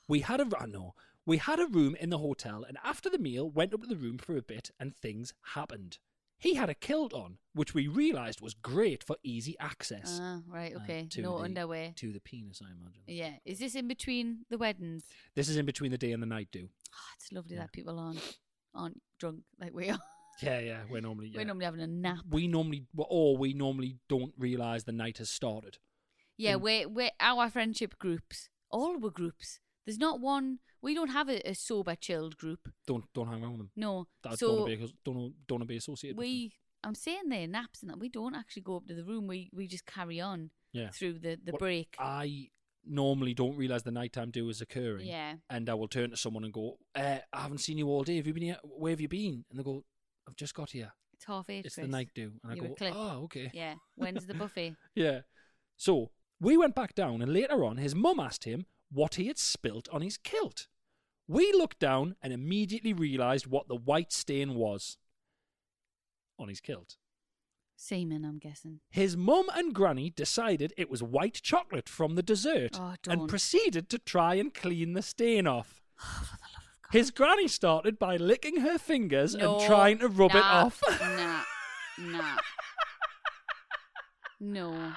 S3: We had a I know we had a room in the hotel, and after the meal, went up to the room for a bit, and things happened. He had a kilt on, which we realised was great for easy access.
S2: Ah, right,
S3: uh,
S2: okay.
S3: to
S2: no
S3: the-
S2: underwear.
S3: to the penis, I imagine.
S2: Yeah. Is this in between the weddings?
S3: This is in between the day and the night, do.
S2: Oh, it's lovely
S3: Yeah.
S2: that people aren't aren't drunk like we are.
S3: Yeah, yeah. We're normally yeah.
S2: We're normally having a nap.
S3: we normally well, or we normally don't realise the night has started.
S2: Yeah,
S3: in-
S2: we're we're our friendship groups. All were groups. There's not one. We don't have a, a sober chilled group.
S3: Don't don't hang around with them.
S2: No.
S3: That don't
S2: so
S3: wanna be don't don't wanna be associated. with them.
S2: we. I'm saying there naps and that we don't actually go up to the room. We we just carry on
S3: yeah
S2: through the the
S3: What
S2: break.
S3: I normally don't realise the nighttime do is occurring.
S2: Yeah.
S3: and I will turn to someone and go, uh, "I haven't seen you all day. Have you been here? Where have you been?" And they go, "I've just got here.
S2: It's half eight.
S3: It's the
S2: Chris.
S3: night do." And I
S2: You were
S3: go,
S2: clip.
S3: "Oh, okay."
S2: Yeah. When's the buffet?
S3: Yeah. So we went back down, and later on, his mum asked him what he had spilt on his kilt. We looked down and immediately realised what the white stain was on his kilt.
S2: Seaman, I'm guessing.
S3: His mum and granny decided it was white chocolate from the dessert
S2: Oh,
S3: and
S2: don't.
S3: proceeded to try and clean the stain off. His granny started by licking her fingers and trying to rub it
S2: nah,
S3: off.
S2: Nah. Nah. no.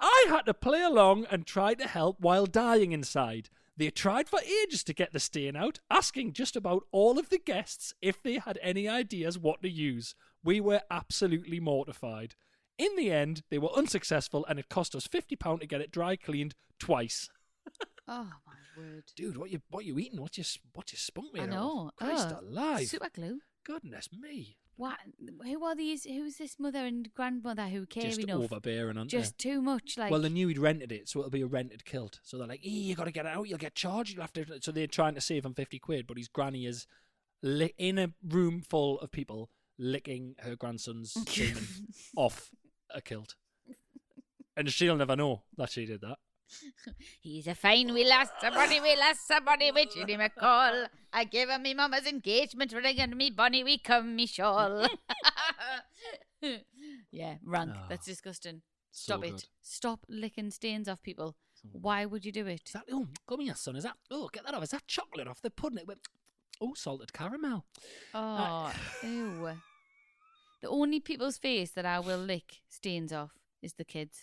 S3: I had to play along and try to help while dying inside. They tried for ages to get the stain out, asking just about all of the guests if they had any ideas what to use. We were absolutely mortified. In the end, they were unsuccessful and it cost us £50 to get it dry cleaned twice.
S2: Oh my word.
S3: Dude, what you what you eating? What's your what's your spunk made
S2: I
S3: out
S2: know.
S3: of? Christ
S2: oh,
S3: alive!
S2: Super glue.
S3: Goodness me!
S2: What? Who are these? Who's this mother and grandmother who care
S3: Just
S2: enough?
S3: overbearing, aren't they?
S2: Just too much. Like
S3: well, they knew he'd rented it, so it'll be a rented kilt. So they're like, "Eh, you got to get it out. You'll get charged. You'll have to." So they're trying to save him fifty quid, but his granny is li- in a room full of people licking her grandson's semen off a kilt, and she'll never know that she did that.
S2: he's a fine. We lost somebody. We lost somebody. We did him a call. I gave him me mama's engagement ring and me bonnie we come me shawl. yeah, rank.
S3: Oh,
S2: That's disgusting.
S3: so
S2: Stop it.
S3: good.
S2: Stop licking stains off people. Why would you do it?
S3: Is that oh, come here, son? Is that oh, get that off? Is that chocolate off the pudding? It went, oh, salted caramel.
S2: Oh, ew. The only people's face that I will lick stains off is the kids.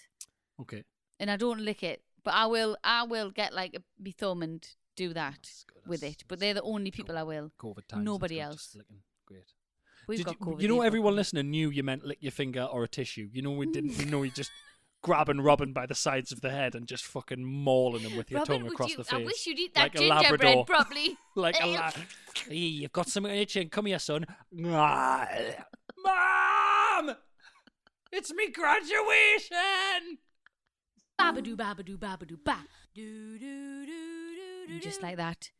S3: Okay,
S2: and I don't lick it, but I will. I will get like a, my thumb and do that
S3: That's good,
S2: with
S3: that's-
S2: it. But
S3: that's
S2: they're the only people I will.
S3: COVID times.
S2: Nobody
S3: that's good,
S2: else.
S3: just licking. Great.
S2: We've
S3: Did
S2: got
S3: you,
S2: COVID.
S3: you know,
S2: you've got
S3: everyone
S2: COVID.
S3: listening knew you meant lick your finger or a tissue. You know, we didn't. you know, you just grabbing Robin by the sides of the head and just fucking mauling him with your
S2: Robin,
S3: tongue
S2: would
S3: across
S2: you-
S3: the face.
S2: I wish you'd eat that
S3: like a Labrador.
S2: gingerbread properly.
S3: like a la- Hey, you've got something on your chin. Come here, son. Mom, it's me graduation.
S2: babadoo, babadoo, babadoo, ba. Do, do, do, do, do, Just like that,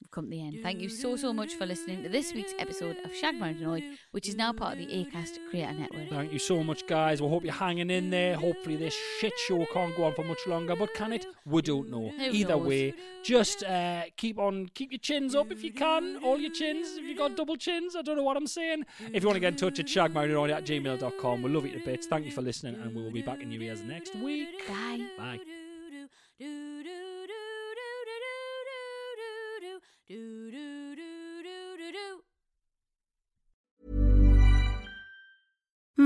S2: We've come to the end. Thank you so, so much for listening to this week's episode of Shag Mountainoid, which is now part of the ACAST Creator Network.
S3: Thank you so much, guys. We hope you're hanging in there. Hopefully, this shit show can't go on for much longer, but can it? We don't know.
S2: Who
S3: Either
S2: knows?
S3: way, just uh, keep on, keep your chins up if you can. All your chins. If you got double chins, I don't know what I'm saying. If you want to get in touch, at shagmountainoid at gmail.com. We love you to bits. Thank you for listening, and we will be back in your ears next week.
S2: Bye.
S3: Bye.